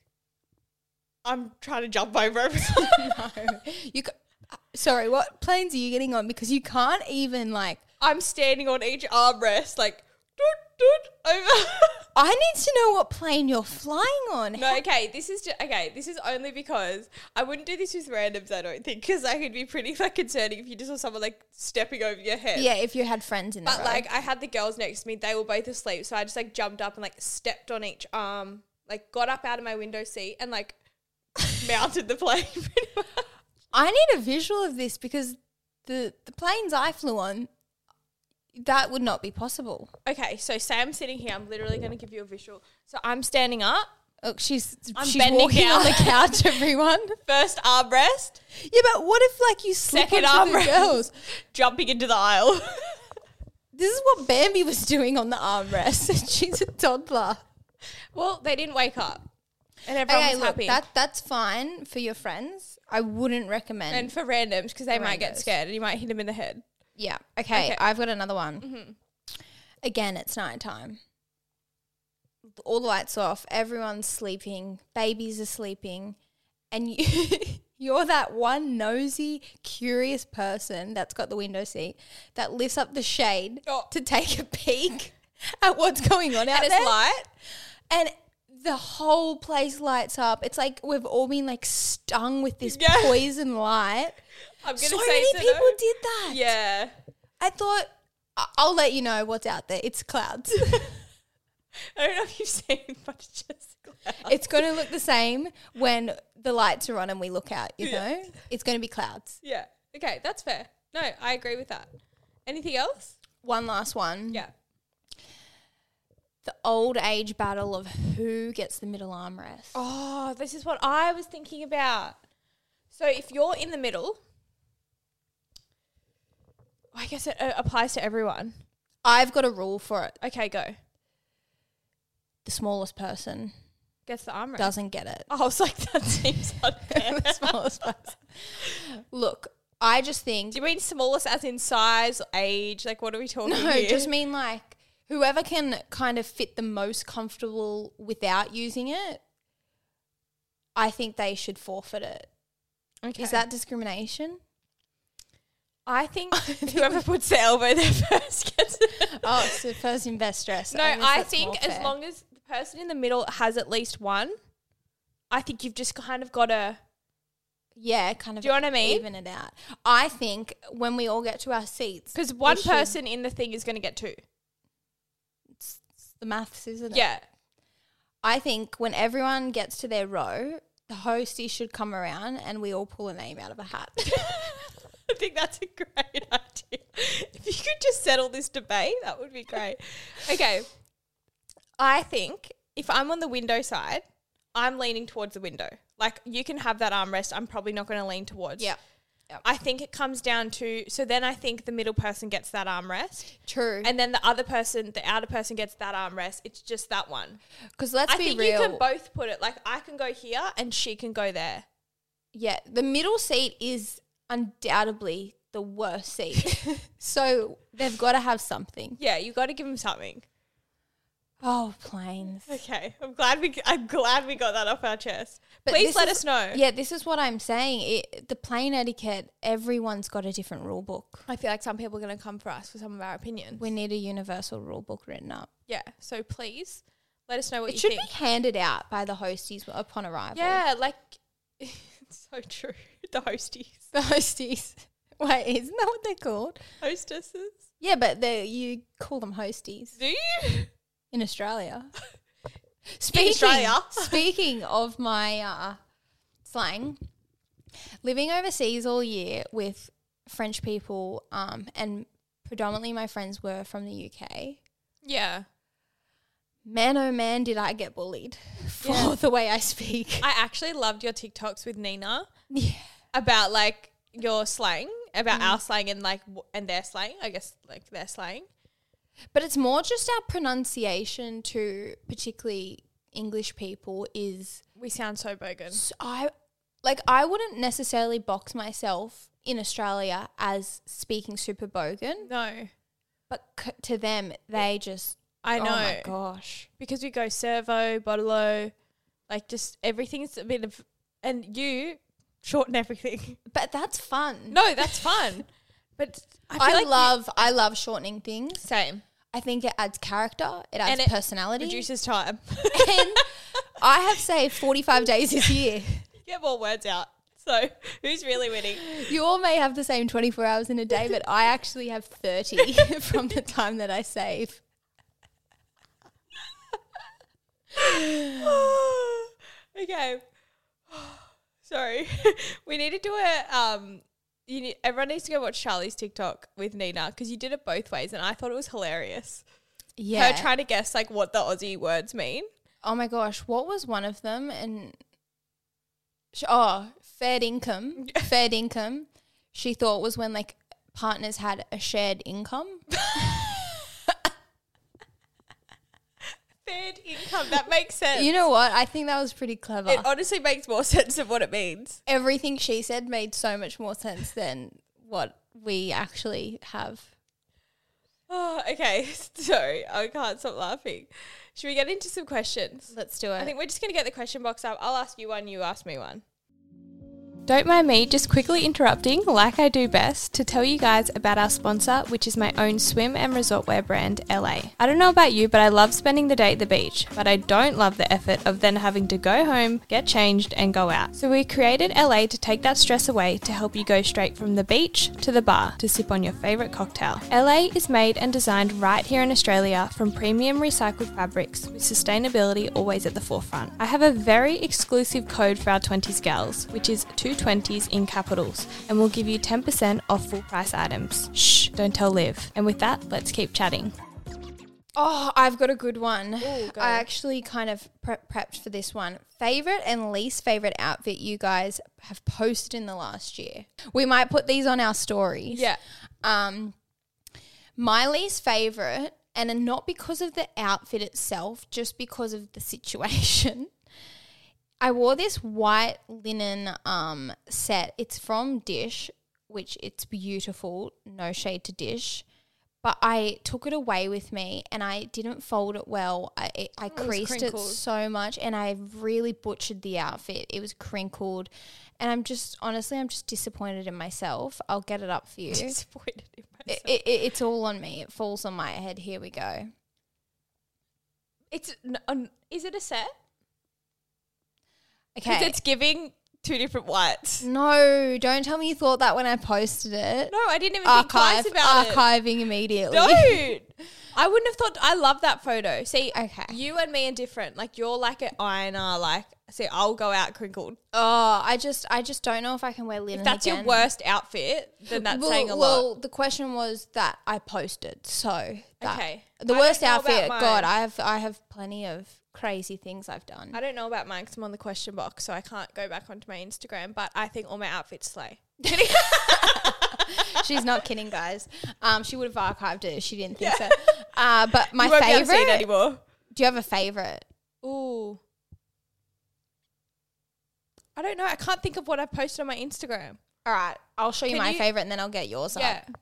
S1: I'm trying to jump over everyone.
S3: no. You ca- Sorry, what planes are you getting on? Because you can't even like
S1: I'm standing on each armrest, like doot, doot, over.
S3: I need to know what plane you're flying on.
S1: no, okay, this is just, okay. This is only because I wouldn't do this with randoms. I don't think because I could be pretty like concerning if you just saw someone like stepping over your head.
S3: Yeah, if you had friends in the
S1: But
S3: row.
S1: like I had the girls next to me, they were both asleep, so I just like jumped up and like stepped on each arm, like got up out of my window seat and like mounted the plane. pretty much.
S3: I need a visual of this because the the planes I flew on, that would not be possible.
S1: Okay, so say I'm sitting here. I'm literally going to give you a visual. So I'm standing up,
S3: Oh, she's
S1: I'm
S3: she's
S1: bending
S3: walking
S1: down.
S3: on the couch, everyone.
S1: first armrest,
S3: yeah, but what if like you slip
S1: Second
S3: onto the
S1: armrest.
S3: girls?
S1: jumping into the aisle.
S3: This is what Bambi was doing on the armrest. she's a toddler.
S1: well, they didn't wake up, and everyone was happy.
S3: that that's fine for your friends. I wouldn't recommend.
S1: and for randoms, because they might get
S3: Randos.
S1: scared and you might hit them in the head.
S3: yeah. Okay,
S1: Okay. Mm-hmm.
S3: I've got another one. Again, it's nighttime. All the lights off. Everyone's sleeping. Babies are sleeping, and you, you're that one nosy, curious person that's got the window seat that lifts up the shade
S1: Oh.
S3: to take a peek at what's going on out
S1: And it's
S3: there.
S1: light.
S3: and the whole place lights up. It's like we've all been like stung with this
S1: Yeah.
S3: poison light.
S1: I'm going to
S3: So
S1: say
S3: many
S1: it's a no.
S3: people did that.
S1: Yeah,
S3: I thought I- I'll let you know what's out there. It's clouds.
S1: I don't know if you've seen, but it's just clouds.
S3: it's going to look the same when the lights are on and we look out. You know, it's going to be clouds.
S1: yeah. Okay, that's fair. No, I agree with that. Anything else?
S3: One last one.
S1: Yeah.
S3: The old age battle of who gets the middle armrest.
S1: Oh, this is what I was thinking about. So if you're in the middle, I guess it uh, applies to everyone.
S3: I've got a rule for it.
S1: Okay, go.
S3: The smallest person
S1: Gets the armrest.
S3: doesn't get it.
S1: I was like, that seems unfair.
S3: the smallest person. Look, I just think
S1: Do you mean smallest as in size, age? Like, what are we talking
S3: No,
S1: here?
S3: just mean like whoever can kind of fit the most comfortable without using it. I think they should forfeit it. Is
S1: Okay.
S3: that discrimination?
S1: I think whoever puts their elbow there first gets it.
S3: Oh, so first in best dress.
S1: No,
S3: guess
S1: I
S3: that's more
S1: think as
S3: fair.
S1: long as the person in the middle has at least one, I think you've just kind of got to.
S3: yeah, kind of.
S1: Do you know what I mean?
S3: Even it out. I think when we all get to our seats,
S1: Because one
S3: should-
S1: person in the thing is going to get two.
S3: it's the maths, isn't it?
S1: Yeah.
S3: I think when everyone gets to their row, the hostie should come around and we all pull a name out of a hat.
S1: I think that's a great idea. If you could just settle this debate, that would be great. Okay. I think if I'm on the window side, I'm leaning towards the window. Like you can have that armrest. I'm probably not going to lean towards.
S3: yeah,
S1: I think it comes down to so then I think the middle person gets that armrest
S3: true.
S1: and then the other person, the outer person gets that armrest. It's just that one.
S3: Because let's
S1: I
S3: be
S1: think
S3: real.
S1: you can both put it like I can go here and she can go there.
S3: Yeah, the middle seat is undoubtedly the worst seat. so they've got to have something.
S1: Yeah, you got to give them something.
S3: Oh, planes.
S1: Okay, I'm glad we I'm glad we got that off our chest.
S3: But
S1: Please
S3: this
S1: let
S3: is-
S1: us know.
S3: Yeah, this is what I'm saying. It, the plane etiquette, everyone's got a different rule book.
S1: I feel like some people are going to come for us for some of our opinions.
S3: We need a universal rule book written up.
S1: yeah, so please Let us know what
S3: It
S1: you
S3: should
S1: think.
S3: be handed out by the hosties upon arrival.
S1: yeah, like it's so true. The hosties,
S3: The hosties. Wait, isn't that what they're called?
S1: hostesses.
S3: Yeah, but they you call them hosties
S1: Do you?
S3: in Australia. speaking,
S1: Australia.
S3: speaking of my uh, slang, living overseas all year with French people, um, and predominantly my friends were from the UK.
S1: Yeah,
S3: Man, oh man, did I get bullied for
S1: Yeah.
S3: the way I speak.
S1: I actually loved your TikToks with Nina
S3: yeah.
S1: about like your slang, about our slang and like w- and their slang. I guess like their slang.
S3: But it's more just our pronunciation to particularly English people is
S1: We sound so bogan.
S3: s- I like I wouldn't necessarily box myself in Australia as speaking super bogan,
S1: No,
S3: but c- to them they just
S1: I know.
S3: Oh my gosh.
S1: because we go servo, bottle, like just everything's a bit of, and you shorten everything.
S3: But that's fun.
S1: No, that's fun. But I, feel
S3: I,
S1: like we-
S3: love I love shortening things.
S1: same
S3: I think it adds character, it adds
S1: And it
S3: personality.
S1: reduces time.
S3: and I have saved 45 days this year.
S1: Get more words out. So who's really winning?
S3: You all may have the same 24 hours in a day, but I actually have 30 from the time that I save.
S1: okay. Sorry, we need to do a um. You need, everyone needs to go watch Charlie's TikTok with Nina because you did it both ways, and I thought it was hilarious.
S3: Yeah.
S1: Her trying to guess like what the Aussie words mean.
S3: oh my gosh, what was one of them? And sh- oh, fair income. Fair income. She thought was when like partners had a shared income.
S1: Fair income. That makes sense.
S3: You know what? I think that was pretty clever.
S1: it honestly makes more sense of what it means.
S3: Everything she said made so much more sense than what we actually have.
S1: Oh, okay. Sorry, I can't stop laughing. Should we get into some questions?
S3: Let's do it.
S1: I think we're just going to get the question box up. I'll ask you one, you ask me one. Don't mind me just quickly interrupting, like I do best, to tell you guys about our sponsor, which is my own swim and resort wear brand, LA. I don't know about you, but I love spending the day at the beach, but I don't love the effort of then having to go home, get changed, and go out. So we created LA to take that stress away to help you go straight from the beach to the bar to sip on your favorite cocktail. LA is made and designed right here in Australia from premium recycled fabrics with sustainability always at the forefront. I have a very exclusive code for our 20s gals, which is 220s in capitals, and will give you 10% off full price items. Shh, don't tell Liv. And with that, let's keep chatting.
S3: Oh, I've got a good one.
S1: go.
S3: I actually kind of pre- prepped for this one. Favorite and least favorite outfit you guys have posted in the last year. We might put these on our stories. Um, my least favorite, and then not because of the outfit itself, just because of the situation. I wore this white linen um set. It's from Dish, which it's beautiful. No shade to Dish. But I took it away with me and I didn't fold it well. I, it, I
S1: was
S3: creased it
S1: crinkled.
S3: so much and I really butchered the outfit. It was crinkled. And I'm just, honestly, I'm just disappointed in myself. I'll get it up for you
S1: Disappointed in
S3: it, it, it's all on me. It falls on my head. Here we go.
S1: It's, n- un- is it a set? Because
S3: Okay.
S1: it's giving two different whites.
S3: no, don't tell me you thought that when I posted it.
S1: No, I didn't even
S3: Archive,
S1: think twice about it.
S3: archiving immediately.
S1: Don't. I wouldn't have thought. I love that photo. See,
S3: Okay.
S1: you and me are different. Like you're like an ironer. Like, see, I'll go out crinkled.
S3: Oh, I just, I just don't know if I can wear linen.
S1: If that's your
S3: again.
S1: worst outfit, then that's
S3: well,
S1: saying a lot.
S3: well, the question was that I posted, so that-
S1: Okay.
S3: The
S1: I
S3: worst
S1: don't know about
S3: outfit.
S1: mine.
S3: God, I have, I have plenty of crazy things I've done.
S1: I don't know about mine because I'm on the question box, so I can't go back onto my Instagram. But I think all my outfits slay.
S3: She's not kidding, guys. Um, she would have archived it if she didn't think so. Uh, but my
S1: You won't be able to see it
S3: favorite.
S1: anymore.
S3: Do you have a favorite?
S1: Ooh. I don't know. I can't think of what I've posted on my Instagram.
S3: All right, I'll show you
S1: Can
S3: my
S1: you-
S3: favorite and then I'll get yours
S1: Yeah.
S3: up.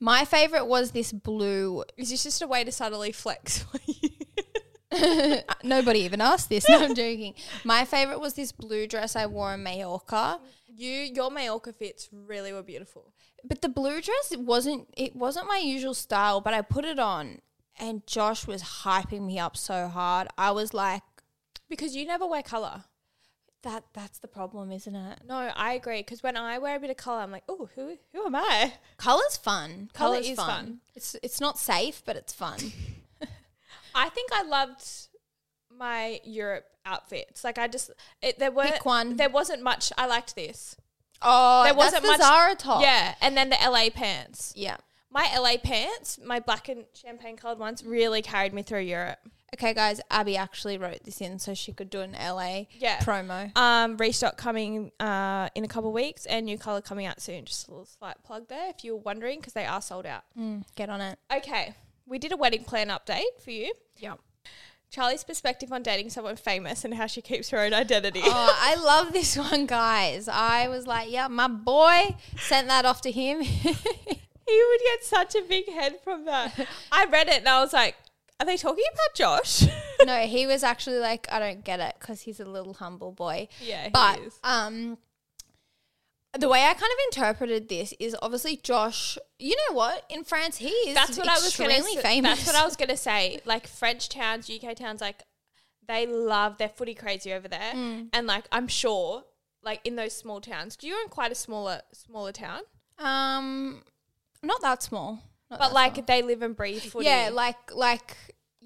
S3: My favorite was this blue.
S1: Is this just a way to subtly flex?
S3: uh, Nobody even asked this. No, I'm joking. My favorite was this blue dress I wore in Mallorca.
S1: you, your Mallorca fits really were beautiful.
S3: But the blue dress it wasn't it wasn't my usual style, but I put it on and Josh was hyping me up so hard. I was like,
S1: Because you never wear colour.
S3: that that's the problem, isn't it?
S1: No, I agree. Because when I wear a bit of colour, I'm like, oh, who who am I?
S3: Color's fun. Color,
S1: Colour
S3: is
S1: is
S3: fun.
S1: fun.
S3: It's it's not safe, but it's fun.
S1: I think I loved my Europe outfits. Like I just it, there were
S3: Pick one.
S1: there wasn't much. I liked this.
S3: oh,
S1: There wasn't
S3: that's the
S1: much-
S3: Zara top.
S1: Yeah, and then the LA pants.
S3: yeah.
S1: My LA pants, my black and champagne coloured ones, really carried me through Europe.
S3: Okay, guys. Abby actually wrote this in so she could do an LA
S1: Yeah.
S3: promo.
S1: Um, restock coming uh, in a couple weeks and new color coming out soon. Just a little slight plug there if you were wondering because they are sold out.
S3: Mm, get on it.
S1: Okay, we did a wedding plan update for you.
S3: Yeah.
S1: Charlie's perspective on dating someone famous and how she keeps her own identity.
S3: Oh, I love this one, guys. I was like, yeah, my boy sent that off to him.
S1: he would get such a big head from that. I read it and I was like, are they talking about Josh?
S3: no, he was actually like, I don't get it because he's a little humble boy.
S1: Yeah, he
S3: but
S1: is.
S3: um, the way I kind of interpreted this is obviously Josh. You know what? In France, he is
S1: that's what I was
S3: extremely
S1: gonna say.
S3: famous.
S1: That's what I was gonna say. Like French towns, UK towns, like they love they're footy crazy over there.
S3: Mm.
S1: And like I'm sure, like in those small towns, 'cause you're in quite a smaller smaller town,
S3: Oh, um, not that small, Not
S1: but
S3: that
S1: like
S3: small.
S1: they live and breathe footy.
S3: yeah, like like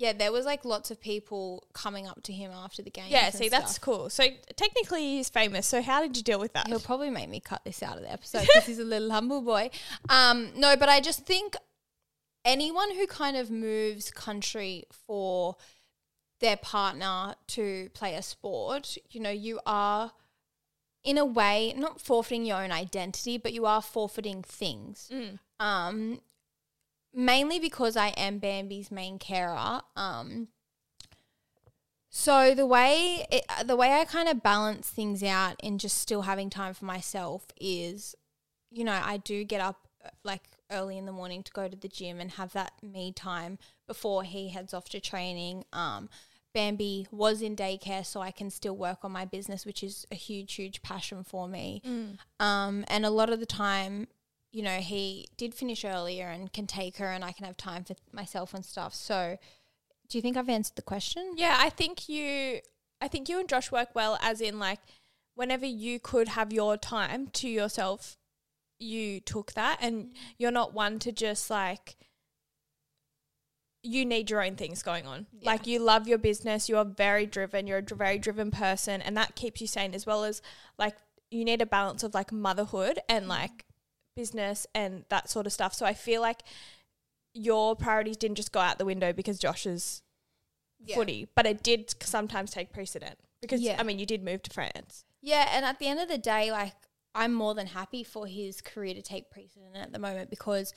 S3: yeah, there was like lots of people coming up to him after the game.
S1: yeah. See, that's cool. So technically, he's famous. So how did you deal with that?
S3: He'll probably make me cut this out of the episode because he's a little humble boy. Um, no, but I just think anyone who kind of moves country for their partner to play a sport, you know, you are in a way not forfeiting your own identity, but you are forfeiting things.
S1: Mm.
S3: Um, mainly because I am Bambi's main carer. Um, so the way it, uh, the way I kind of balance things out and just still having time for myself is, you know, I do get up uh, like early in the morning to go to the gym and have that me time before he heads off to training. Um, Bambi was in daycare, so I can still work on my business, which is a huge, huge passion for me. Um, and a lot of the time, you know, he did finish earlier and can take her, and I can have time for myself and stuff. So, do you think I've answered the question?
S1: Yeah, I think you I think you and Josh work well as in like whenever you could have your time to yourself, you took that and you're not one to just like you need your own things going on.
S3: Yeah.
S1: Like you love your business, you are very driven, you're a dr- very driven person and that keeps you sane as well as like you need a balance of like motherhood and like business and that sort of stuff. So I feel like your priorities didn't just go out the window because Josh's
S3: Yeah.
S1: footy, but it did c- sometimes take precedent because
S3: Yeah.
S1: I mean you did move to France.
S3: Yeah, and at the end of the day, like I'm more than happy for his career to take precedent at the moment because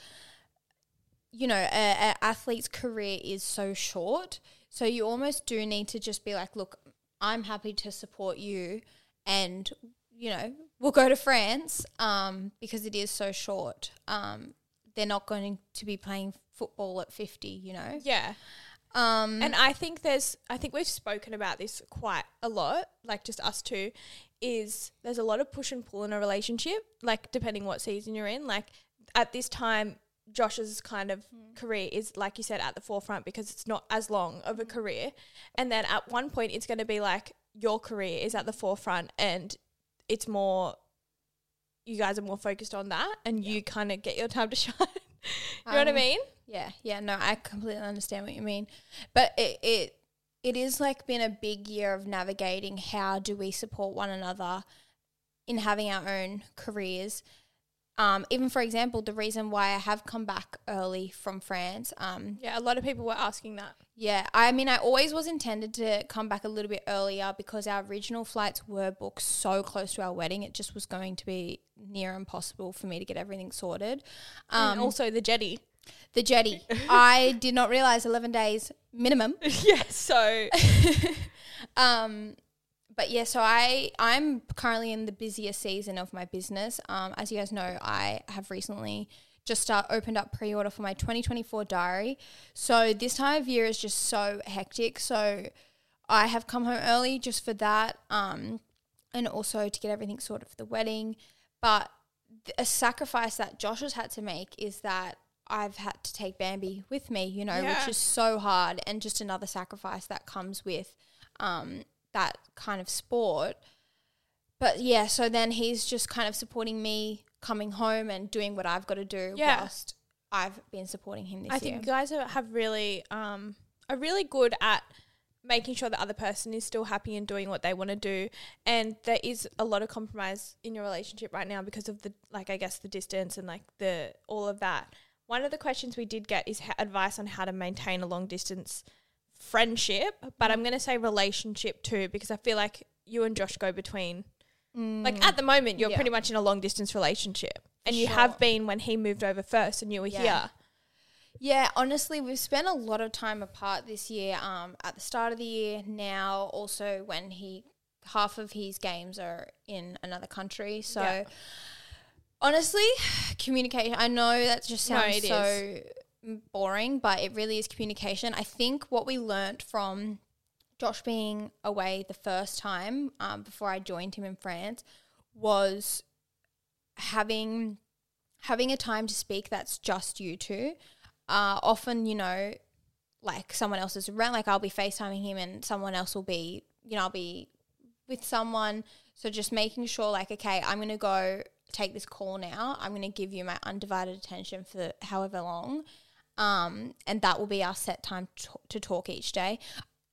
S3: you know, an athlete's career is so short. So you almost do need to just be like, look, I'm happy to support you and you know, we'll go to France um because it is so short. Um they're not going to be playing football at 50, you know.
S1: Yeah,
S3: Um
S1: and I think there's I think we've spoken about this quite a lot, like just us two. Is there's a lot of push and pull in a relationship, like depending what season you're in. Like at this time, Josh's kind of career is like you said at the forefront because it's not as long of a career, and then at one point it's going to be like your career is at the forefront and it's more you guys are more focused on that and you kind of get your time to shine. you know what I
S3: Um,
S1: mean?
S3: Yeah, yeah, no, I completely understand what you mean, but it it it is like been a big year of navigating how do we support one another in having our own careers. Um, even for example, the reason why I have come back early from France, um,
S1: Yeah, a lot of people were asking that.
S3: yeah, I mean, I always was intended to come back a little bit earlier because our original flights were booked so close to our wedding, it just was going to be near impossible for me to get everything sorted. Um,
S1: and also the jetty.
S3: the jetty. I did not realize 11 days minimum.
S1: yeah, so
S3: Um, but yeah, so I I'm currently in the busiest season of my business. Um, as you guys know, I have recently just start, opened up pre-order for my 2024 diary. So this time of year is just so hectic. So I have come home early just for that, um, and also to get everything sorted for the wedding. But th- a sacrifice that Josh has had to make is that I've had to take Bambi with me, you know,
S1: Yeah.
S3: which is so hard and just another sacrifice that comes with um, that kind of sport. But yeah, so then he's just kind of supporting me coming home and doing what I've got to do
S1: Yeah.
S3: whilst I've been supporting him this
S1: I
S3: year.
S1: think you guys are, have really um, are really good at making sure the other person is still happy and doing what they want to do. And there is a lot of compromise in your relationship right now because of the like I guess the distance and like the all of that. One of the questions we did get is ha- advice on how to maintain a long distance friendship, but I'm going to say relationship too because I feel like you and Josh go between like at the moment you're
S3: Mm. Yeah.
S1: pretty much in a long distance relationship. And you have
S3: Sure.
S1: been when he moved over first and you were
S3: Yeah.
S1: here.
S3: Yeah, honestly, we've spent a lot of time apart this year. Um, at the start of the year, now also when he half of his games are in another country. So
S1: Yeah.
S3: honestly, communication. I know that just
S1: No,
S3: sounds
S1: it
S3: so boring, but it really is communication. I think what we learnt from Josh being away the first time um, before I joined him in France was having having a time to speak that's just you two. Uh, often, you know, like someone else is around, like I'll be FaceTiming him and someone else will be, you know, I'll be with someone. So just making sure, like, okay, I'm going to go take this call now. I'm going to give you my undivided attention for however long. Um, and that will be our set time to, to talk each day.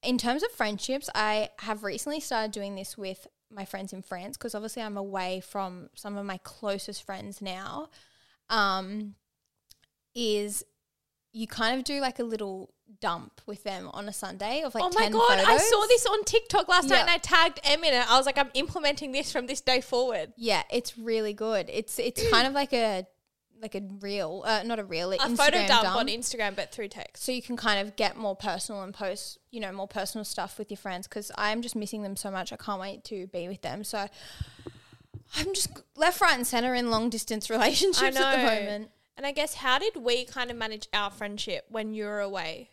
S3: In terms of friendships, I have recently started doing this with my friends in France because obviously I'm away from some of my closest friends now. Um, is you kind of do like a little dump with them on a Sunday of like
S1: oh my
S3: 10
S1: god, I
S3: photos.
S1: saw this on TikTok last night
S3: Yeah.
S1: and I tagged Em in it. I was like, I'm implementing this from this day forward.
S3: Yeah, it's really good. It's it's kind of like a like a reel, uh, not a reel,
S1: A photo dump, on Instagram, but through text.
S3: so you can kind of get more personal and post, you know, more personal stuff with your friends because I'm just missing them so much. I can't wait to be with them. So I'm just left, right, and center in long distance relationships at the
S1: know.
S3: moment.
S1: And I guess how did we kind of manage our friendship when you were away?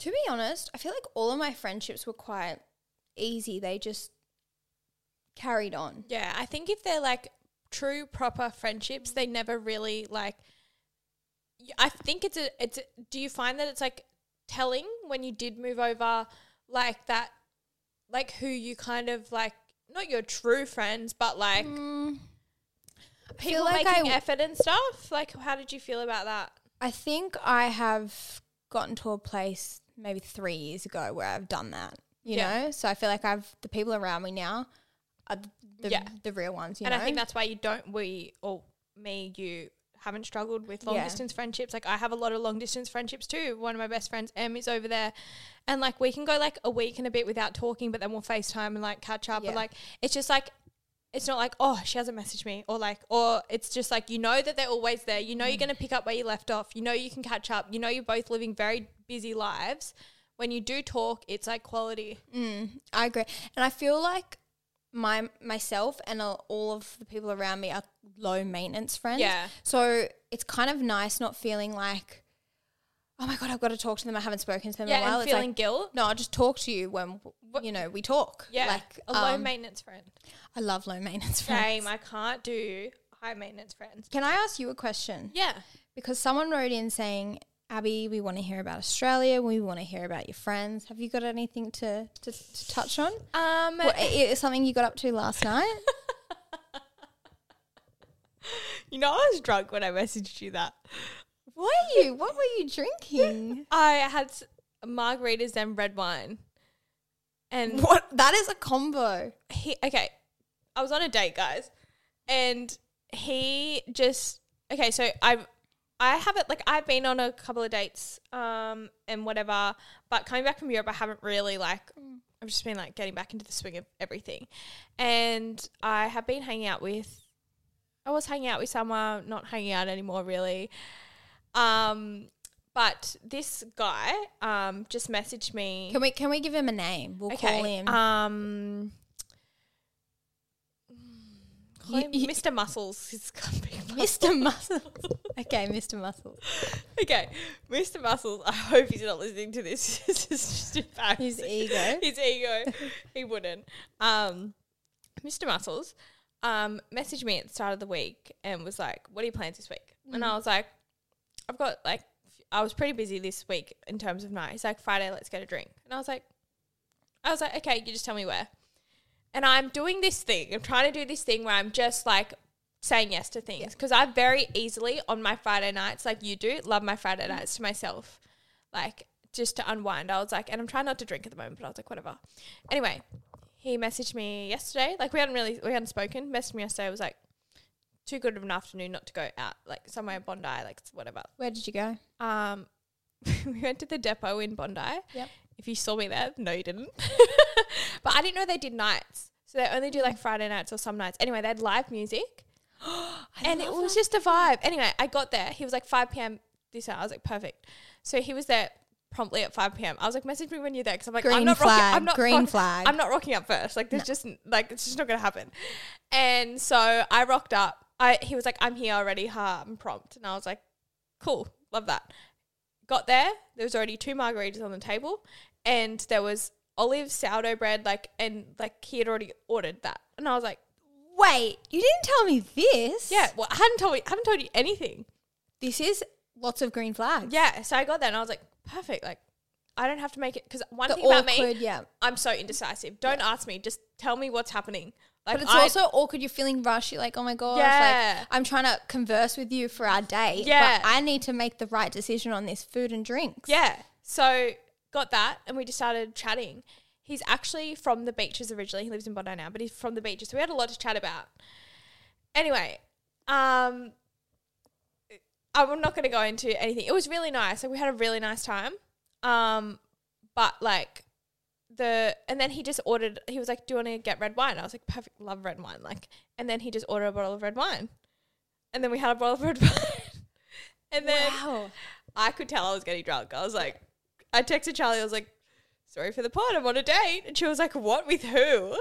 S3: To be honest, I feel like all of my friendships were quite easy. They just carried on.
S1: Yeah, I think if they're like true proper friendships, they never really like. y- I think it's a it's. A, do you find that it's like telling when you did move over, like that, like who you kind of like not your true friends, but like
S3: Mm,
S1: people
S3: feel like
S1: making
S3: I-
S1: effort and stuff. Like, how did you feel about that?
S3: I think I have gotten to a place maybe three years ago where I've done that. You
S1: Yeah.
S3: know, so I feel like I've the people around me now are the
S1: Yeah.
S3: the real ones. You
S1: and
S3: know,
S1: I think that's why you don't we or me you haven't struggled with long
S3: Yeah.
S1: distance friendships. Like I have a lot of long distance friendships too. One of my best friends, Em, is over there, and like we can go like a week and a bit without talking, but then we'll Facetime and like catch up.
S3: Yeah.
S1: And like it's just like it's not like oh she hasn't messaged me or like or it's just like you know that they're always there. You know you're gonna pick up where you left off. You know you can catch up. You know you're both living very busy lives. When you do talk, it's like quality.
S3: I agree, and I feel like my myself and uh, all of the people around me are low maintenance friends.
S1: Yeah.
S3: so it's kind of nice not feeling like, oh my god, I've got to talk to them. I haven't spoken to them in a
S1: Yeah,
S3: while.
S1: and
S3: It's like,
S1: feeling guilt.
S3: no, I'll just talk to you when you know we talk.
S1: Yeah,
S3: like
S1: a low
S3: um,
S1: maintenance friend.
S3: I love low maintenance friends.
S1: Same. I can't do high maintenance friends.
S3: Can I ask you a question?
S1: Yeah.
S3: Because someone wrote in saying, Abby, we want to hear about Australia. We want to hear about your friends. Have you got anything to, to, to touch on?
S1: Um.
S3: What, i- i- something you got up to last night?
S1: You know, I was drunk when I messaged you that.
S3: Why are you? What were you drinking?
S1: I had s- margaritas and red wine. And
S3: what? That is a combo.
S1: he okay i was on a date guys and he just okay so i've i haven't like i've been on a couple of dates um and whatever but coming back from europe i haven't really like i've just been like getting back into the swing of everything and i have been hanging out with i was hanging out with someone not hanging out anymore really um but this guy um just messaged me
S3: Can we can we give him a name? We'll call him.
S1: um, call
S3: You-
S1: him
S3: you-
S1: Mr. Muscles. He's got big muscles.
S3: Mr. Muscles. okay, Mr. Muscles.
S1: Okay, Mr. Muscles. I hope he's not listening to this. this is just embarrassing.
S3: His ego.
S1: His ego. he wouldn't. Um, Mr. Muscles um, messaged me at the start of the week and was like, "What are your plans this week?" And I was like, I've got like, I was pretty busy this week in terms of night. He's like, Friday, let's get a drink. And I was like, I was like, okay, you just tell me where. And I'm doing this thing. I'm trying to do this thing where I'm just like saying yes to things because I very easily on my Friday nights, like you do, love my Friday nights to myself, like just to unwind. I was like, and I'm trying not to drink at the moment, but I was like, whatever. Anyway, he messaged me yesterday. Like we hadn't really, we hadn't spoken. Messaged me yesterday. I was like, too good of an afternoon not to go out, like somewhere Bondi, like whatever.
S3: Where did you go?
S1: Um, we went to the depot in Bondi.
S3: Yep.
S1: If you saw me there, no, you didn't. but I didn't know they did nights, so they only do like Friday nights or some nights. Anyway, they had live music, and it was just a vibe. Anyway, I got there. He was like five p.m. this hour. I was like perfect. So he was there promptly at five p.m. I was like, message me when you're there because I'm like, I'm
S3: Green
S1: not rocking.
S3: flag,
S1: I'm not
S3: green
S1: rocking-
S3: flag.
S1: I'm not rocking up first. Like there's just like it's just not gonna happen. And so I rocked up. I he was like, I'm here already. Ha, I'm prompt, and I was like, cool, love that. Got there, there was already two margaritas on the table, and there was olive sourdough bread. Like and like he had already ordered that, and I was like,
S3: Wait, you didn't tell me this.
S1: yeah, well, I hadn't told you, I haven't told you anything.
S3: This is lots of green flags.
S1: Yeah, so I got there, and I was like, perfect. Like I don't have to make it because one
S3: The
S1: thing about me,
S3: awkward, yeah.
S1: I'm so indecisive. Don't ask me. Just tell me what's happening. Like
S3: But it's
S1: I-
S3: also awkward. You're feeling rushed. You're like, oh my gosh,
S1: Yeah.
S3: like I'm trying to converse with you for our date.
S1: Yeah.
S3: But I need to make the right decision on this food and drinks.
S1: Yeah. So got that, and we just started chatting. He's actually from the beaches originally. He lives in Bondi now, but he's from the beaches. So we had a lot to chat about. Anyway, um, I'm not going to go into anything. It was really nice. Like we had a really nice time. Um, but like the and then he just ordered. He was like, "Do you want to get red wine?" I was like, "Perfect, love red wine." Like, and then he just ordered a bottle of red wine, and then we had a bottle of red wine, and then.
S3: Wow.
S1: I could tell I was getting drunk. I was like, I texted Charlie. I was like, "Sorry for the pod. I'm on a date," and she was like, "What with who?"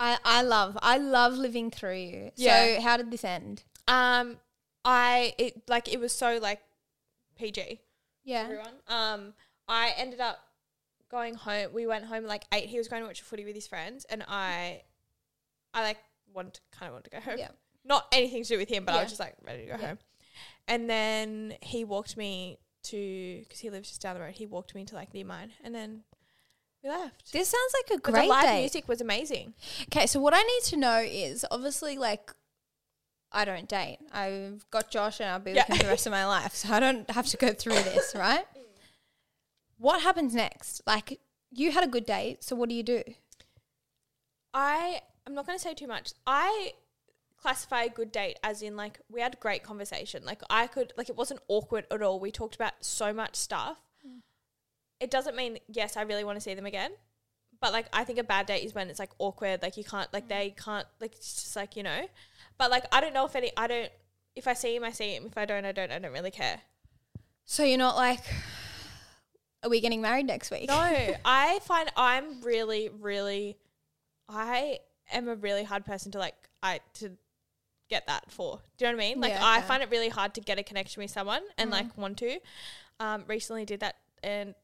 S3: I, I love I love living through you.
S1: Yeah.
S3: So how did this end?
S1: Um, I it like it was so like PG
S3: Yeah.
S1: everyone. Um, I ended up going home. We went home like eight. He was going to watch footy with his friends, and I, I like wanted to, kind of wanted to go home.
S3: Yeah.
S1: Not anything to do with him, but I
S3: Yeah.
S1: was just like ready to go
S3: Yeah.
S1: home. And then he walked me to because he lives just down the road. He walked me to like the mine, and then we left.
S3: This sounds like a
S1: But
S3: great
S1: the live
S3: date.
S1: music was amazing.
S3: Okay, so what I need to know is obviously like I don't date. I've got Josh and I'll be
S1: Yeah.
S3: with him the rest of my life. So I don't have to go through this, right? What happens next? Like you had a good date, so what do you do?
S1: I I'm not going to say too much. I classify a good date as in like we had great conversation. Like I could like it wasn't awkward at all. We talked about so much stuff. It doesn't mean yes, I really want to see them again. But like I think a bad date is when it's like awkward, like you can't like they can't like it's just like, you know. But like I don't know if any I don't if I see him I see him. If I don't I don't I don't really care.
S3: So you're not like are we getting married next week?
S1: No, I find I'm really, really, I am a really hard person to like, I to get that for. Do you know what I mean? Like,
S3: Yeah,
S1: I
S3: okay.
S1: find it really hard to get a connection with someone and like want to. Um, recently did that and.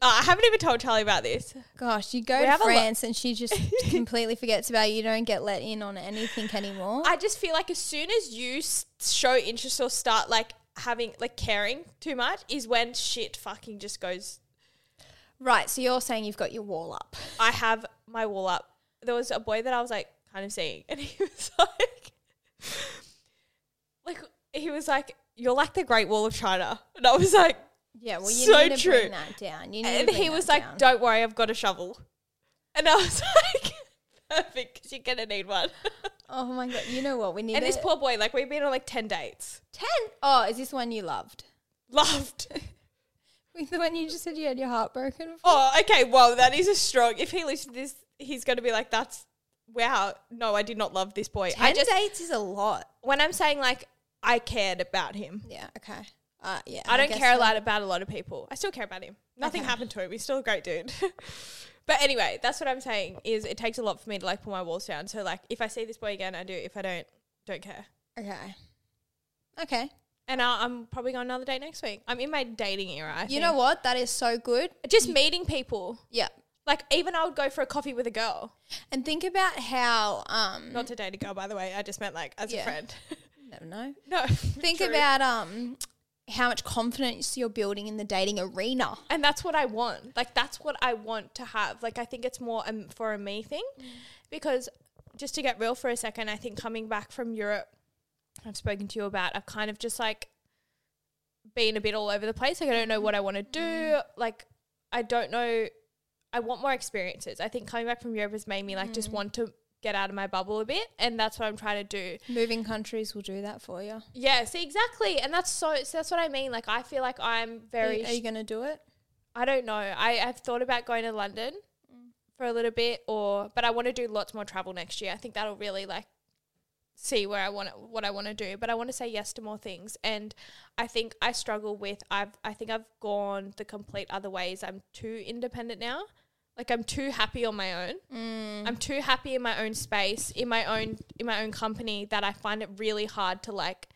S1: Oh, I haven't even told Charlie about this.
S3: Gosh, you go
S1: We
S3: to
S1: have a lo-
S3: France and she just completely forgets about you. You don't get let in on anything anymore.
S1: I just feel like as soon as you s- show interest or start like having like caring too much is when shit fucking just goes
S3: right, so you're saying you've got your wall up.
S1: I have my wall up. There was a boy that I was like kind of seeing, and he was like, like he was like, "You're like the Great Wall of China," and I was like,
S3: Yeah, well you
S1: So
S3: need to
S1: true.
S3: bring that down. You need
S1: and
S3: to bring
S1: he was
S3: that
S1: like,
S3: down.
S1: "Don't worry, I've got a shovel," and I was like, "Perfect, because you're gonna need one."
S3: Oh my god! You know what we need?
S1: and this
S3: a-
S1: poor boy, like we've been on like ten dates,
S3: ten. Oh, is this one you loved?
S1: loved.
S3: the one you just said you had your heart broken. For?
S1: oh, okay, well that is a strong. If he listens to this, he's gonna be like, "That's." Wow, no, I did not love this boy. I
S3: Ten
S1: just
S3: dates is a lot.
S1: when I'm saying like I cared about him,
S3: Yeah. Okay. Uh, yeah.
S1: I don't
S3: guess
S1: care a
S3: so.
S1: lot about a lot of people. I still care about him. Nothing
S3: Okay.
S1: happened to him. He's still a great dude. but anyway, that's what I'm saying is it takes a lot for me to like pull my walls down. So like if I see this boy again, I do. If I don't, don't care.
S3: Okay. Okay.
S1: And I, I'm probably going another date next week. I'm in my dating era. I
S3: You know what? That is so good.
S1: just meeting people.
S3: Yeah.
S1: Like even I would go for a coffee with a girl.
S3: And think about how. Um.
S1: Not to date a girl, by the way. I just meant like as a
S3: Yeah.
S1: friend.
S3: never know.
S1: no.
S3: Think
S1: true.
S3: about um how much confidence you're building in the dating arena.
S1: And that's what I want. Like that's what I want to have. Like I think it's more um, for a me thing,
S3: Mm.
S1: because just to get real for a second, I think coming back from Europe, I've spoken to you about. I've kind of just like been a bit all over the place. Like I don't know what I want to do.
S3: Mm.
S1: Like I don't know. I want more experiences. I think coming back from Europe has made me like
S3: Mm.
S1: just want to get out of my bubble a bit, and that's what I'm trying to do.
S3: Moving countries will do that for you.
S1: Yeah, see exactly, and that's so, so. That's what I mean. Like I feel like I'm
S3: Are
S1: very.
S3: you, are you going to do it?
S1: I don't know. I, I've thought about going to London for a little bit, or but I want to do lots more travel next year. I think that'll really like see where I want to, what I want to do. But I want to say yes to more things, and I think I struggle with. I've I think I've gone the complete other ways. I'm too independent now. Like I'm too happy on my own. I'm too happy in my own space, in my own in my own company that I find it really hard to like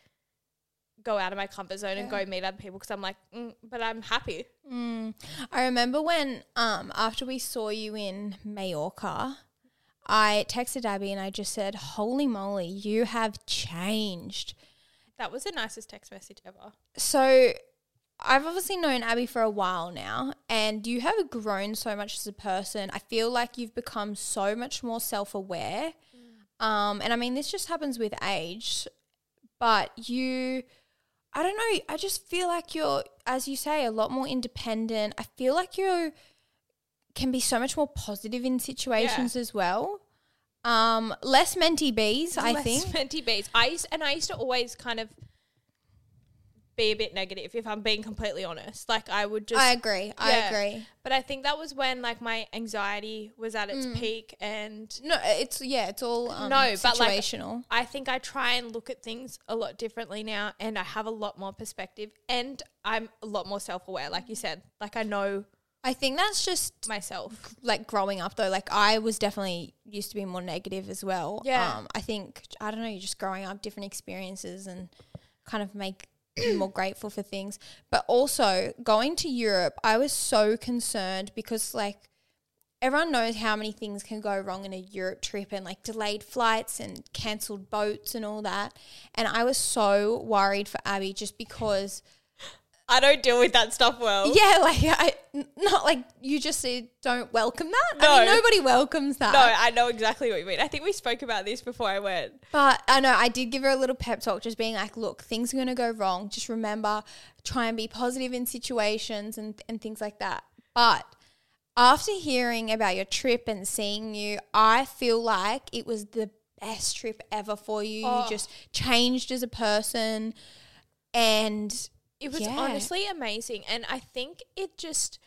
S1: go out of my comfort zone and go meet other people because I'm like, mm, but I'm happy.
S3: I remember when um after we saw you in Mallorca, I texted Abby and I just said, "Holy moly, you have changed."
S1: That was the nicest text message ever.
S3: So I've obviously known Abby for a while now, and you have grown so much as a person. I feel like you've become so much more self aware. Um, and I mean, this just happens with age, but you, I don't know, I just feel like you're, as you say, a lot more independent. I feel like you can be so much more positive in situations as well. Um, less mentee bees, I
S1: Less
S3: think.
S1: Fenty Bees. I used, and I used to always kind of be a bit negative if I'm being completely honest. Like I would just
S3: I agree. I
S1: Yeah.
S3: agree.
S1: But I think that was when like my anxiety was at its
S3: Mm.
S1: peak and
S3: No, it's yeah, it's all um,
S1: No, but, like,
S3: situational.
S1: I think I try and look at things a lot differently now and I have a lot more perspective and I'm a lot more self-aware like you said. Like I know
S3: I think that's just
S1: myself.
S3: like growing up though. Like I was definitely used to be more negative as well.
S1: Yeah.
S3: Um, I think I don't know. You're just growing up, different experiences, and kind of make you more grateful for things. But also going to Europe, I was so concerned because like everyone knows how many things can go wrong in a Europe trip and like delayed flights and cancelled boats and all that. And I was so worried for Abby just because
S1: I don't deal with that stuff well.
S3: Yeah, like I n- not like you just say don't welcome that. I
S1: No.
S3: mean, nobody welcomes that.
S1: No, I know exactly what you mean. I think we spoke about this before I went.
S3: But I know I did give her a little pep talk, just being like, look, things are going to go wrong. Just remember, try and be positive in situations and, and things like that. But after hearing about your trip and seeing you, I feel like it was the best trip ever for you.
S1: Oh.
S3: You just changed as a person. And
S1: It was
S3: Yeah.
S1: honestly amazing. And I think it just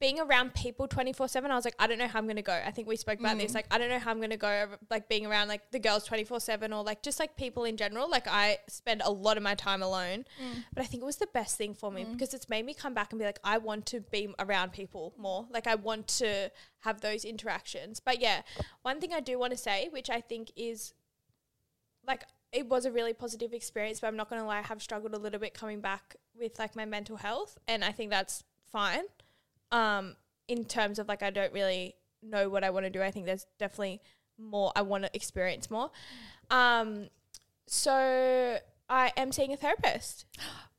S1: being around people 24 7, I was like, I don't know how I'm going to go. I think we spoke about this. Like, I don't know how I'm going to go, like being around like the girls 24 7 or like just like people in general. Like, I spend a lot of my time alone. But I think it was the best thing for me because it's made me come back and be like, I want to be around people more. Like, I want to have those interactions. But yeah, one thing I do want to say, which I think is like it was a really positive experience, but I'm not gonna lie, I have struggled a little bit coming back with like my mental health, and I think that's fine. Um, in terms of like I don't really know what I want to do. I think there's definitely more I want to experience more. Um, so I am seeing a therapist.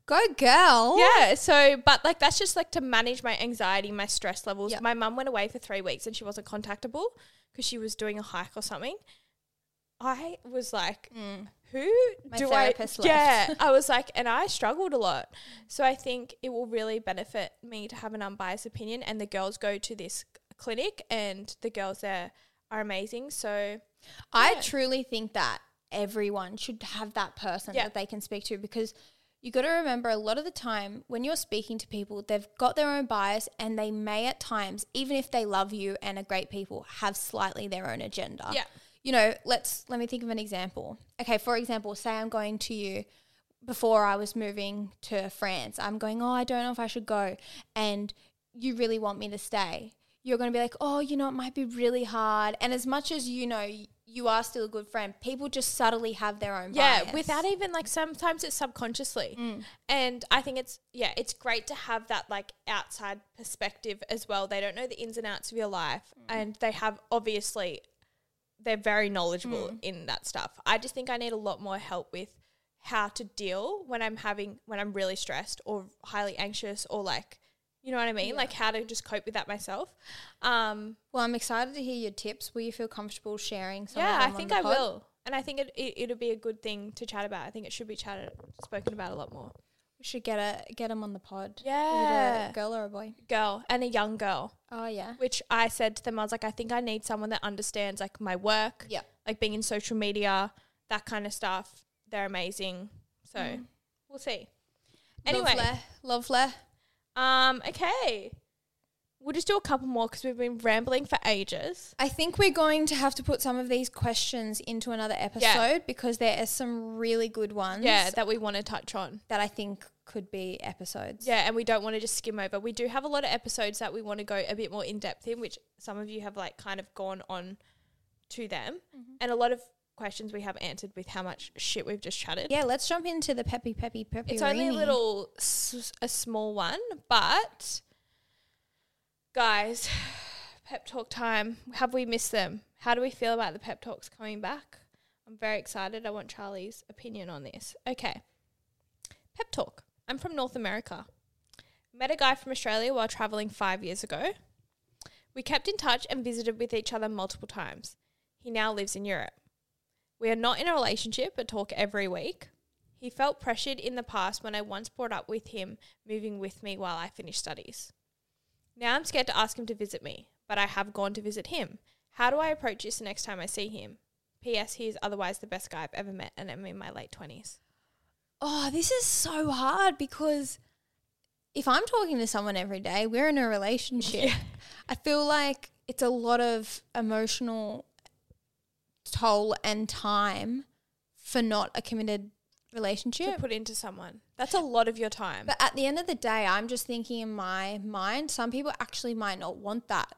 S3: go, girl.
S1: Yeah. So, but like that's just like to manage my anxiety, my stress levels.
S3: Yep.
S1: My mum went away for three weeks and she wasn't contactable because she was doing a hike or something. I was like, who
S3: Mm. My
S1: do
S3: therapist
S1: I?
S3: left.
S1: Yeah, I was like, and I struggled a lot. So I think it will really benefit me to have an unbiased opinion. And the girls go to this clinic, and the girls there are amazing. So
S3: I truly think that everyone should have that person
S1: Yeah.
S3: that they can speak to because you got to remember a lot of the time when you're speaking to people, they've got their own bias and they may at times, even if they love you and are great people, have slightly their own agenda.
S1: Yeah.
S3: You know, let's let me think of an example. Okay, for example, say I'm going to you before I was moving to France. I'm going, oh, I don't know if I should go. And you really want me to stay. You're going to be like, oh, you know, it might be really hard. And as much as you know, you are still a good friend, people just subtly have their own
S1: Yeah,
S3: bias. Mm.
S1: without even like sometimes it's subconsciously. And I think it's yeah, it's great to have that like outside perspective as well. They don't know the ins and outs of your life
S3: Mm.
S1: and they have
S3: Mm.
S1: obviously they're very knowledgeable in that stuff. I just think I need a lot more help with how to deal when I'm having when I'm really stressed or highly anxious or like you know what I mean? Like how to just cope with that myself. Um,
S3: Well, I'm excited to hear your tips. Will you feel comfortable sharing some
S1: yeah,
S3: of them
S1: I
S3: on
S1: think
S3: the
S1: I
S3: pod?
S1: will. And I think it, it it'll be a good thing to chat about. I think it should be chatted spoken about a lot more.
S3: We should get a get him on the pod. Is it
S1: Yeah.
S3: a girl or a boy?
S1: Girl and a young girl.
S3: Oh yeah.
S1: which I said to them, I was like, I think I need someone that understands like my work,
S3: Yeah.
S1: like being in social media, that kind of stuff. They're amazing. So
S3: Mm.
S1: we'll see. Anyway,
S3: Lovely. Lovely.
S1: um, okay. We'll just do a couple more because we've been rambling for ages.
S3: I think we're going to have to put some of these questions into another episode because there are some really good ones
S1: Yeah, that we want to touch on.
S3: that I think could be episodes.
S1: Yeah, and we don't want to just skim over. We do have a lot of episodes that we want to go a bit more in depth in, which some of you have like kind of gone on to them. And a lot of questions we have answered with how much shit we've just chatted.
S3: Yeah, let's jump into the peppy peppy peppy.
S1: It's only a little, s- a small one, but guys, pep talk time. Have we missed them? How do we feel about the pep talks coming back? I'm very excited. I want Charlie's opinion on this. Okay. Pep talk. I'm from North America. Met a guy from Australia while traveling five years ago. We kept in touch and visited with each other multiple times. He now lives in Europe. We are not in a relationship but talk every week. He felt pressured in the past when I once brought up with him moving with me while I finished studies. Now I'm scared to ask him to visit me, but I have gone to visit him. How do I approach this the next time I see him? P.S. He is otherwise the best guy I've ever met, and I'm in my late 20s.
S3: Oh, this is so hard because if I'm talking to someone every day, we're in a relationship. I feel like it's a lot of emotional toll and time for not a committed
S1: To
S3: relationship.
S1: put into someone. That's a lot of your time.
S3: But at the end of the day, I'm just thinking in my mind, some people actually might not want that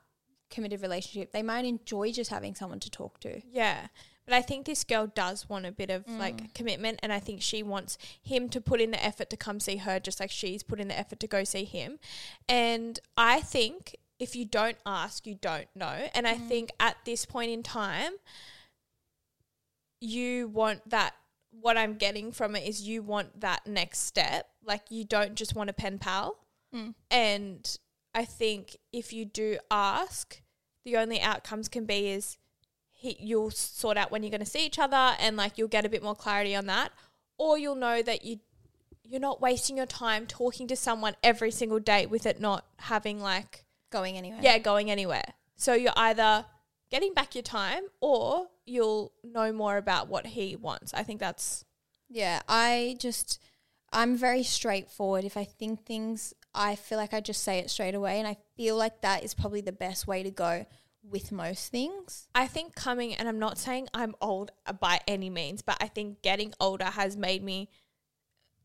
S3: committed relationship. They might enjoy just having someone to talk to.
S1: Yeah. But I think this girl does want a bit of like commitment and I think she wants him to put in the effort to come see her just like she's put in the effort to go see him. And I think if you don't ask, you don't know. And I think at this point in time you want that what I'm getting from it is you want that next step. Like you don't just want a pen pal. And I think if you do ask, the only outcomes can be is he, you'll sort out when you're going to see each other and like you'll get a bit more clarity on that or you'll know that you you're not wasting your time talking to someone every single day with it not having like
S3: Going anyway.
S1: yeah going anywhere so you're either getting back your time or you'll know more about what he wants i think that's
S3: Yeah, I just I'm very straightforward. If I think things, I feel like I just say it straight away and I feel like that is probably the best way to go with most things.
S1: I think coming, and I'm not saying I'm old by any means, but I think getting older has made me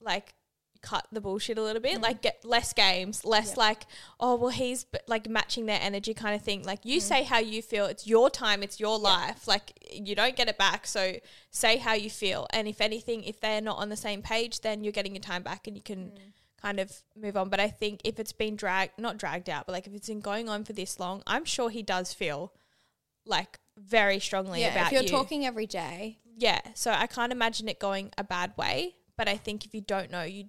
S1: like cut the bullshit a little bit,
S3: Mm.
S1: like get less games, less like, oh, well, he's b- like matching their energy kind of thing. Like, you
S3: Mm.
S1: say how you feel, it's your time, it's your life. Like, you don't get it back. So, say how you feel. And if anything, if they're not on the same page, then you're getting your time back and you can.
S3: Mm.
S1: Kind of move on, but I think if it's been dragged, not dragged out, but like if it's been going on for this long, I'm sure he does feel like very strongly about
S3: if you're
S1: you.
S3: talking every day,
S1: yeah, so I can't imagine it going a bad way. But I think if you don't know, you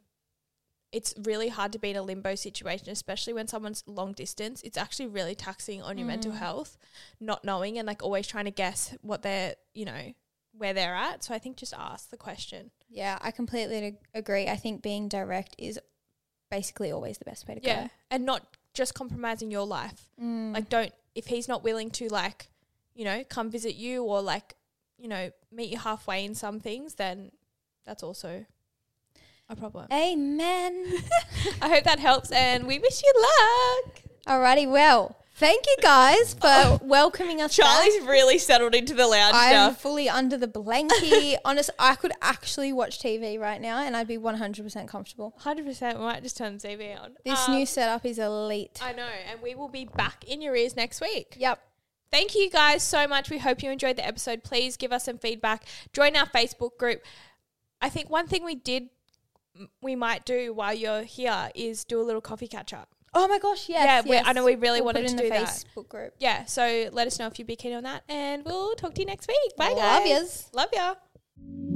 S1: it's really hard to be in a limbo situation, especially when someone's long distance. It's actually really taxing on your mental health, not knowing and like always trying to guess what they're you know where they're at. So I think just ask the question.
S3: yeah, I completely ag- agree. I think being direct is basically always the best way to go. Mm.
S1: and not just compromising your life. Like, don't if he's not willing to like, you know, come visit you or like, you know, meet you halfway in some things, then that's also a problem.
S3: Amen.
S1: I hope that helps, and we wish you luck.
S3: Alrighty, well, thank you guys for welcoming us. back.
S1: Oh. Charlie's really settled into the lounge
S3: I'm
S1: now.
S3: fully under the blankie. Honest, I could actually watch TV right now and I'd be 100% comfortable.
S1: Hundred percent. We might just turn the TV on.
S3: This
S1: Um,
S3: new setup is elite.
S1: I know, and we will be back in your ears next week.
S3: yep.
S1: Thank you guys so much. We hope you enjoyed the episode. Please give us some feedback. Join our Facebook group. I think one thing we did, we might do while you're here is do a little coffee catch up.
S3: Oh my gosh,
S1: Yeah,
S3: yes.
S1: we- I
S3: yes.
S1: know we really
S3: We'll put
S1: wanted
S3: it
S1: to
S3: in
S1: do
S3: the
S1: that.
S3: Facebook group.
S1: Yeah, so let us know if you'd be keen on that, and we'll talk to you next week. Bye,
S3: Love
S1: guys.
S3: yas.
S1: Love ya.